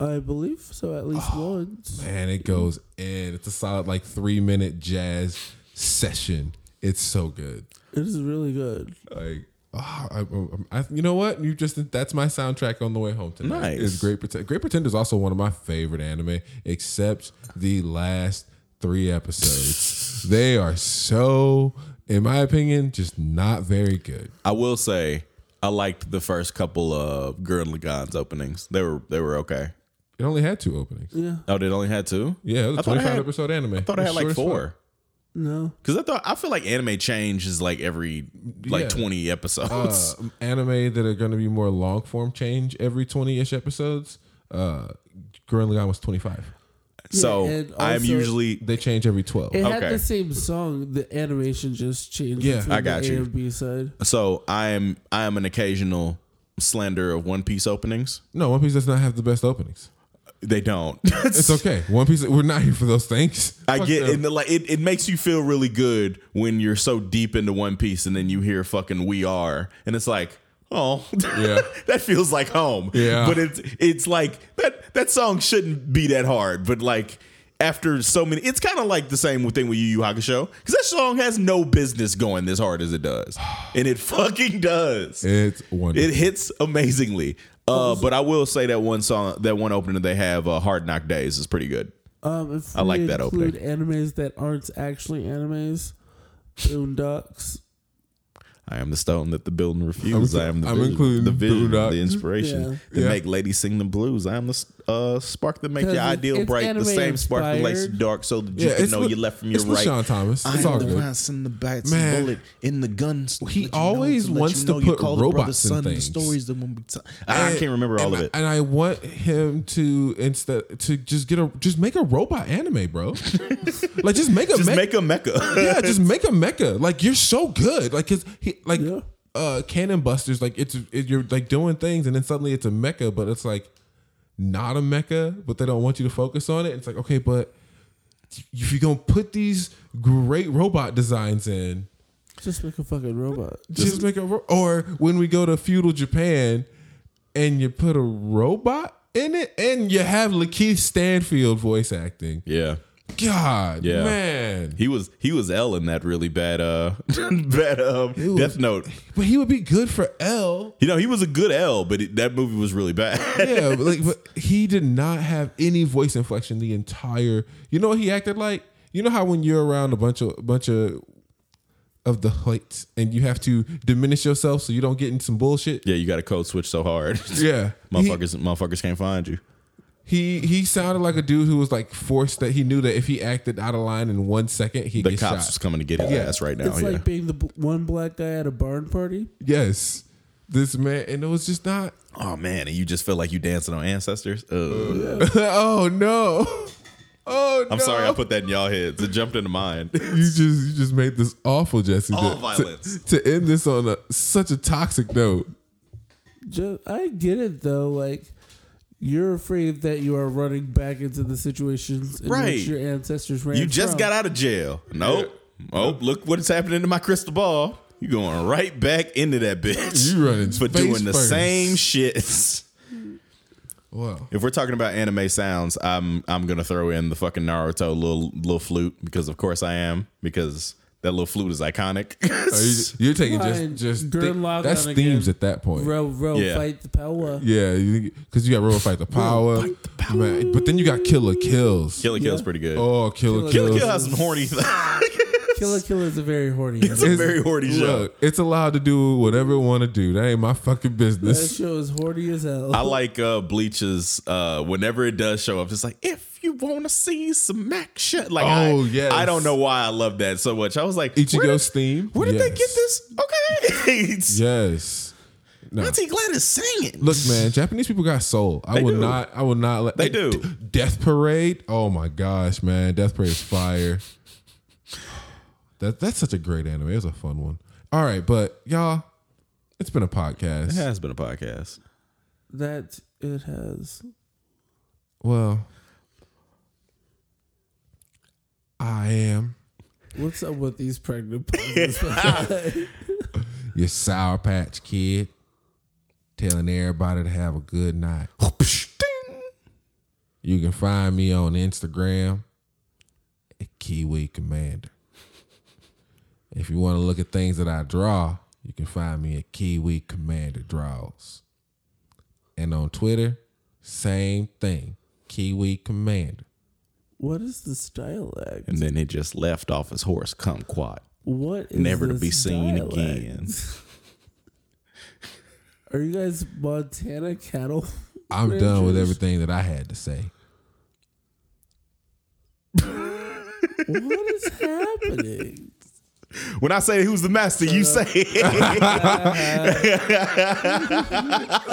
Speaker 1: I believe so, at least once.
Speaker 2: And it goes in. It's a solid like three minute jazz session. It's so good.
Speaker 1: It is really good.
Speaker 2: Like. ah, I, I, I- you know what? You just—that's my soundtrack on the way home tonight.
Speaker 4: Nice.
Speaker 2: It's Great Pretend. Great Pretender is also one of my favorite anime, except the last three episodes. they are so, in my opinion, just not very good.
Speaker 4: I will say I liked the first couple of Gurren Lagann's openings. They were they were okay.
Speaker 2: It only had two openings. Yeah,
Speaker 4: Oh, they only had two?
Speaker 2: it was a
Speaker 4: I thought I
Speaker 2: twenty-five
Speaker 4: had-
Speaker 2: episode anime.
Speaker 4: I thought I had like four.
Speaker 1: No.
Speaker 4: Cuz I thought I feel like anime changes like every like
Speaker 2: Yeah.
Speaker 4: 20 episodes.
Speaker 2: Uh, um, anime that are going to be more long form change every twenty-ish episodes. Uh, Gurren Lagann was twenty-five.
Speaker 4: so
Speaker 1: Yeah, and
Speaker 4: I'm
Speaker 1: also-
Speaker 4: usually
Speaker 2: They change every twelve.
Speaker 1: It had
Speaker 4: Okay.
Speaker 1: the same song. The animation just changed.
Speaker 2: Yeah,
Speaker 1: between
Speaker 4: I got
Speaker 1: the
Speaker 4: you.
Speaker 1: A and B side.
Speaker 4: so I am I am an occasional slander of One Piece openings.
Speaker 2: No, One Piece does not have the best openings.
Speaker 4: They don't.
Speaker 2: It's okay. One Piece. We're not here for those things.
Speaker 4: I
Speaker 2: Fuck
Speaker 4: get
Speaker 2: them.
Speaker 4: and the, like it, it makes you feel really good when you're so deep into One Piece and then you hear fucking we are and it's like oh
Speaker 2: Yeah.
Speaker 4: that feels like home
Speaker 2: Yeah.
Speaker 4: but it's it's like that that song shouldn't be that hard but like after so many it's kind of like the same thing with Yu Yu Hakusho because that song has no business going this hard as it does and it fucking does
Speaker 2: It's wonderful.
Speaker 4: it hits amazingly uh, but I will say that one song that one opening they have uh, Hard Knock Days is pretty good
Speaker 1: Um, if
Speaker 4: I like
Speaker 1: we
Speaker 4: that
Speaker 1: include animes that aren't actually animes, Boondocks.
Speaker 4: I am the stone that the building refused.
Speaker 2: I'm-
Speaker 4: I am the
Speaker 2: I'm
Speaker 4: vision,
Speaker 2: including
Speaker 4: the, vision
Speaker 2: Boondocks.
Speaker 4: the inspiration
Speaker 1: Yeah.
Speaker 4: that
Speaker 2: Yeah.
Speaker 4: make ladies sing the blues. I am the uh, spark that makes
Speaker 1: 'Cause
Speaker 4: your
Speaker 1: it's-
Speaker 4: ideal
Speaker 1: it's
Speaker 4: bright, the
Speaker 1: anime
Speaker 4: same spark that lights you
Speaker 1: inspired.
Speaker 4: dark, so that you can know
Speaker 2: with-
Speaker 4: your left from your
Speaker 2: it's with
Speaker 4: right.
Speaker 2: Sean Thomas. It's all
Speaker 5: I'm the
Speaker 2: good.
Speaker 5: rouse in the bites,
Speaker 2: Man.
Speaker 5: the bullet in the guns.
Speaker 2: He always wants to put robots in
Speaker 5: The
Speaker 2: things.
Speaker 5: stories that won't be t-
Speaker 4: I can't remember all
Speaker 2: and
Speaker 4: of it.
Speaker 2: I, and I want him to instead to just get a just make a robot anime, bro. like just make a
Speaker 4: Just
Speaker 2: mech-
Speaker 4: make a mecca.
Speaker 2: yeah, just make a mecha. Like you're so good. Like cause he like
Speaker 1: Yeah.
Speaker 2: uh cannon busters, like it's it, you're like doing things and then suddenly it's a mecha, but it's like not a mecha, but they don't want you to focus on it. It's like, okay, but if you're gonna put these great robot designs in,
Speaker 1: Just like a fucking robot.
Speaker 2: just make a ro- or when we go to feudal Japan and you put a robot in it and you have Lakeith Stanfield voice acting.
Speaker 4: yeah,
Speaker 2: God,
Speaker 4: Yeah.
Speaker 2: man.
Speaker 4: He was he was L in that really bad uh bad um Death Note.
Speaker 2: But he would be good for L.
Speaker 4: You know he was a good L, but it, that movie was really bad.
Speaker 2: Yeah, but like but he did not have any voice inflection the entire. You know what he acted like? You know how when you're around a bunch of bunch of of the heights and you have to diminish yourself so you don't get in some bullshit.
Speaker 4: yeah, you got to code switch so hard.
Speaker 2: Yeah,
Speaker 4: motherfuckers, motherfuckers can't find you.
Speaker 2: He, he he sounded like a dude who was like forced that he knew that if he acted out of line in one second he
Speaker 4: The
Speaker 2: get
Speaker 4: cops is
Speaker 2: shot.
Speaker 4: coming to get his
Speaker 2: Yeah.
Speaker 4: ass right now.
Speaker 1: It's
Speaker 4: yeah.
Speaker 1: like being the b- one black guy at a barn party.
Speaker 2: Yes, this man and it was just not.
Speaker 4: oh man, and you just feel like you dancing on ancestors. Ugh.
Speaker 2: oh no. Oh,
Speaker 4: I'm
Speaker 2: no.
Speaker 4: Uh. sorry, I put that in y'all heads. It jumped into mine.
Speaker 2: You just you just made this awful, Jesse.
Speaker 4: All
Speaker 2: to,
Speaker 4: violence.
Speaker 2: To, to end this on a such a toxic note.
Speaker 1: Just, I get it though. Like you're afraid that you are running back into the situations in
Speaker 4: Right.
Speaker 1: which your ancestors ran.
Speaker 4: You just
Speaker 1: from.
Speaker 4: got out of jail. Nope. Oh, look what's happening to my crystal ball. You going right back into that bitch.
Speaker 2: You running
Speaker 4: for
Speaker 2: face
Speaker 4: doing the
Speaker 2: first.
Speaker 4: same shit.
Speaker 2: Wow.
Speaker 4: If we're talking about anime sounds, I'm I'm gonna throw in the fucking Naruto little little flute because of course I am because that little flute is iconic.
Speaker 2: Are you, you're taking
Speaker 1: Fine.
Speaker 2: just just
Speaker 1: Gurren
Speaker 2: thi-
Speaker 1: Lagann
Speaker 2: that's
Speaker 1: again.
Speaker 2: themes at that point.
Speaker 1: row row
Speaker 4: Yeah.
Speaker 1: fight the power.
Speaker 2: Yeah, because you, got Robo fight the power, Man, but then you got Killer Kills.
Speaker 4: Killer Kill's pretty good.
Speaker 2: oh, Killer,
Speaker 4: Killer
Speaker 2: Kills!
Speaker 4: Kill has some horny.
Speaker 1: Killer Killer is a very horny.
Speaker 4: it's a very horny show.
Speaker 2: Look, it's allowed to do whatever it want to do. That ain't my fucking
Speaker 1: That
Speaker 2: business.
Speaker 1: show is horny as hell.
Speaker 4: I like uh, Bleach's uh, whenever it does show up. It's like if you want to see some action, like
Speaker 2: Oh,
Speaker 4: I,
Speaker 2: yes.
Speaker 4: I don't know why I love that so much. I was like, where did-
Speaker 2: Ichigo's theme.
Speaker 4: Where did they
Speaker 2: Yes.
Speaker 4: get this? Okay, It's-
Speaker 2: Yes.
Speaker 4: Auntie Gladys singing.
Speaker 2: Look, man, Japanese people got soul. I
Speaker 4: They
Speaker 2: will
Speaker 4: do.
Speaker 2: not. I will not let.
Speaker 4: They do.
Speaker 2: Death Parade. Oh my gosh, man, Death Parade is fire. that that's such a great anime. It was a fun one. All right, but y'all, it's been a podcast.
Speaker 4: It has been a podcast.
Speaker 1: that. It has.
Speaker 2: Well, I am
Speaker 1: What's up with these pregnant puns?
Speaker 2: your Sour Patch Kid, telling everybody to have a good night. You can find me on Instagram at Kiwi Commander. If you want to look at things that I draw, you can find me at Kiwi Commander Draws. And on Twitter, same thing, Kiwi Commander.
Speaker 1: what is the style act?
Speaker 4: And then it just left off his horse kumquat,
Speaker 1: What is
Speaker 4: never to
Speaker 1: this
Speaker 4: be seen
Speaker 1: dialect?
Speaker 4: again.
Speaker 1: Are you guys Montana cattle?
Speaker 2: I'm done with
Speaker 1: Rangers.
Speaker 2: everything that I had to say.
Speaker 1: What is happening?
Speaker 4: When I say who's the master, you say it.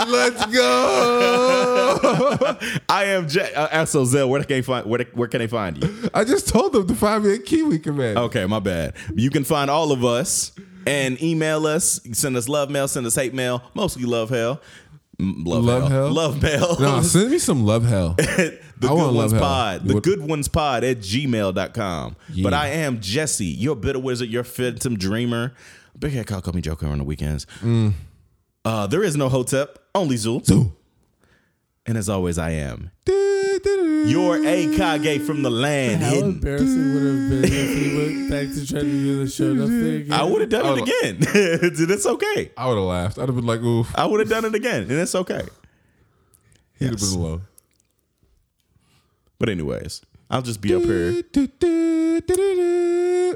Speaker 2: Let's go!
Speaker 4: I am Jack. Uh, Axel Zell. Where can they find? Where, where can they find you?
Speaker 2: I just told them to find me at Kiwi Commander.
Speaker 4: Okay, my bad. You can find all of us and email us, send us love mail, send us hate mail, mostly love hell, Mm, love,
Speaker 2: Love
Speaker 4: hell.
Speaker 2: hell?
Speaker 4: love mail.
Speaker 2: Nah, send me some love hell.
Speaker 4: The
Speaker 2: I
Speaker 4: good
Speaker 2: wanna
Speaker 4: ones
Speaker 2: love hell.
Speaker 4: pod.
Speaker 2: You
Speaker 4: The
Speaker 2: would-
Speaker 4: good ones pod at gmail.com. But
Speaker 2: Yeah.
Speaker 4: I am Jesse, your bitter wizard, your phantom dreamer. Big head call, call me Joker on the weekends. Uh, there is no Hotep, only Zool.
Speaker 2: Mm. Zool.
Speaker 4: And as always, I am your Akage from the land
Speaker 1: How
Speaker 4: hidden.
Speaker 1: embarrassing would it have been if he went back to trying to do the show enough thing again?
Speaker 4: I would have done it again. and it's okay.
Speaker 2: I would have laughed. I'd have been like, ooh,
Speaker 4: I would have done it again, and it's okay.
Speaker 2: he'd have
Speaker 4: Yes.
Speaker 2: been alone.
Speaker 4: But anyways, I'll just be up here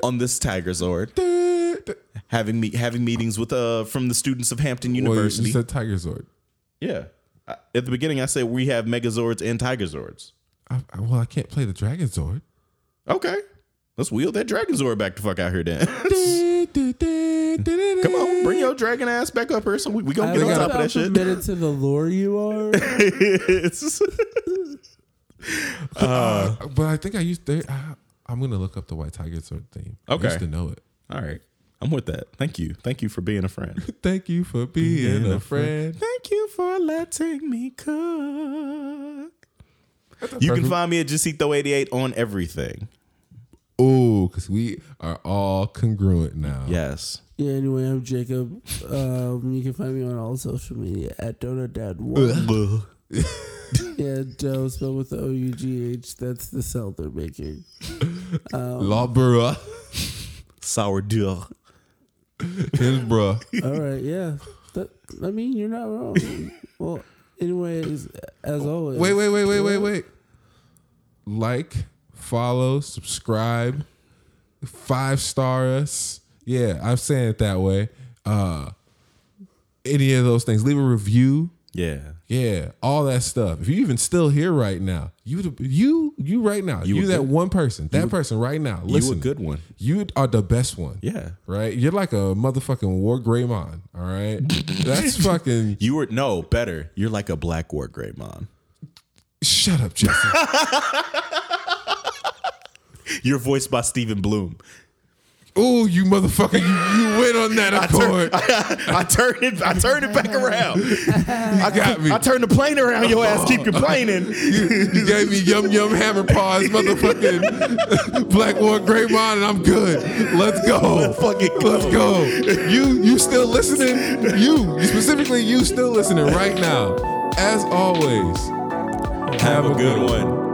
Speaker 4: on this Tiger Zord, having me having meetings with uh from the students of Hampton
Speaker 2: Well, you-
Speaker 4: University.
Speaker 2: you said Tiger Zord.
Speaker 4: yeah. I- At the beginning, I said we have Megazords and Tiger Zords.
Speaker 2: I, I- well, I can't play the Dragon Zord.
Speaker 4: Okay, let's wheel that Dragon Zord back the fuck out here, then. Come
Speaker 2: Come
Speaker 4: Mm. on, bring your dragon ass back up here, so we, we gonna
Speaker 1: I
Speaker 4: get on
Speaker 1: love
Speaker 4: top of
Speaker 1: how
Speaker 4: that shit.
Speaker 1: committed to the lore you are.
Speaker 4: It's-
Speaker 2: But I think I used. They, I, I'm gonna look up the White Tiger Zord theme.
Speaker 4: Okay.
Speaker 2: I used to know it.
Speaker 4: All right, I'm with that. Thank you, thank you for being a friend.
Speaker 2: Thank you for being, a friend.
Speaker 4: Thank you for letting me cook. You can
Speaker 2: perfect-
Speaker 4: find me at Jacito88 on everything.
Speaker 2: Oh, because we are all congruent now.
Speaker 4: Yes.
Speaker 1: Yeah, anyway, I'm Jacob. Um, you can find me on all social media at Donut Dad One. Yeah, dough spelled with the O U G H. That's the cell they're making.
Speaker 2: La Burra,
Speaker 5: Sourdough.
Speaker 2: his bruh.
Speaker 1: All right, yeah. That, I mean, you're not wrong. Well, anyways, as always.
Speaker 2: Wait, wait, wait, wait, wait, wait. Like, follow, subscribe, five star us. Yeah, I'm saying it that way. Uh any of those things. Leave a review.
Speaker 4: Yeah.
Speaker 2: Yeah, all that stuff. If you even still here right now, you the- you you right now, you,
Speaker 4: a
Speaker 2: that
Speaker 4: good-
Speaker 2: one person, that person right now. Listen,
Speaker 4: good one.
Speaker 2: You are the best one.
Speaker 4: Yeah.
Speaker 2: right. You're like a motherfucking War Greymon. All right, that's fucking.
Speaker 4: You were no
Speaker 5: Better. You're like a black war Greymon.
Speaker 2: Shut up, Jesse.
Speaker 5: You're voiced by Stephen Bloom.
Speaker 2: Oh, you motherfucker! You, you went on that accord.
Speaker 4: I turned it I turned it back around.
Speaker 2: I got me.
Speaker 4: I turned the plane around your ass keep complaining.
Speaker 2: You gave me yum yum hammer paws, motherfucking black war Greymon, and I'm good. Let's go. Let's
Speaker 4: fucking go.
Speaker 2: Let's go. You you still listening? You specifically you still listening right now? As always,
Speaker 4: Have a good one.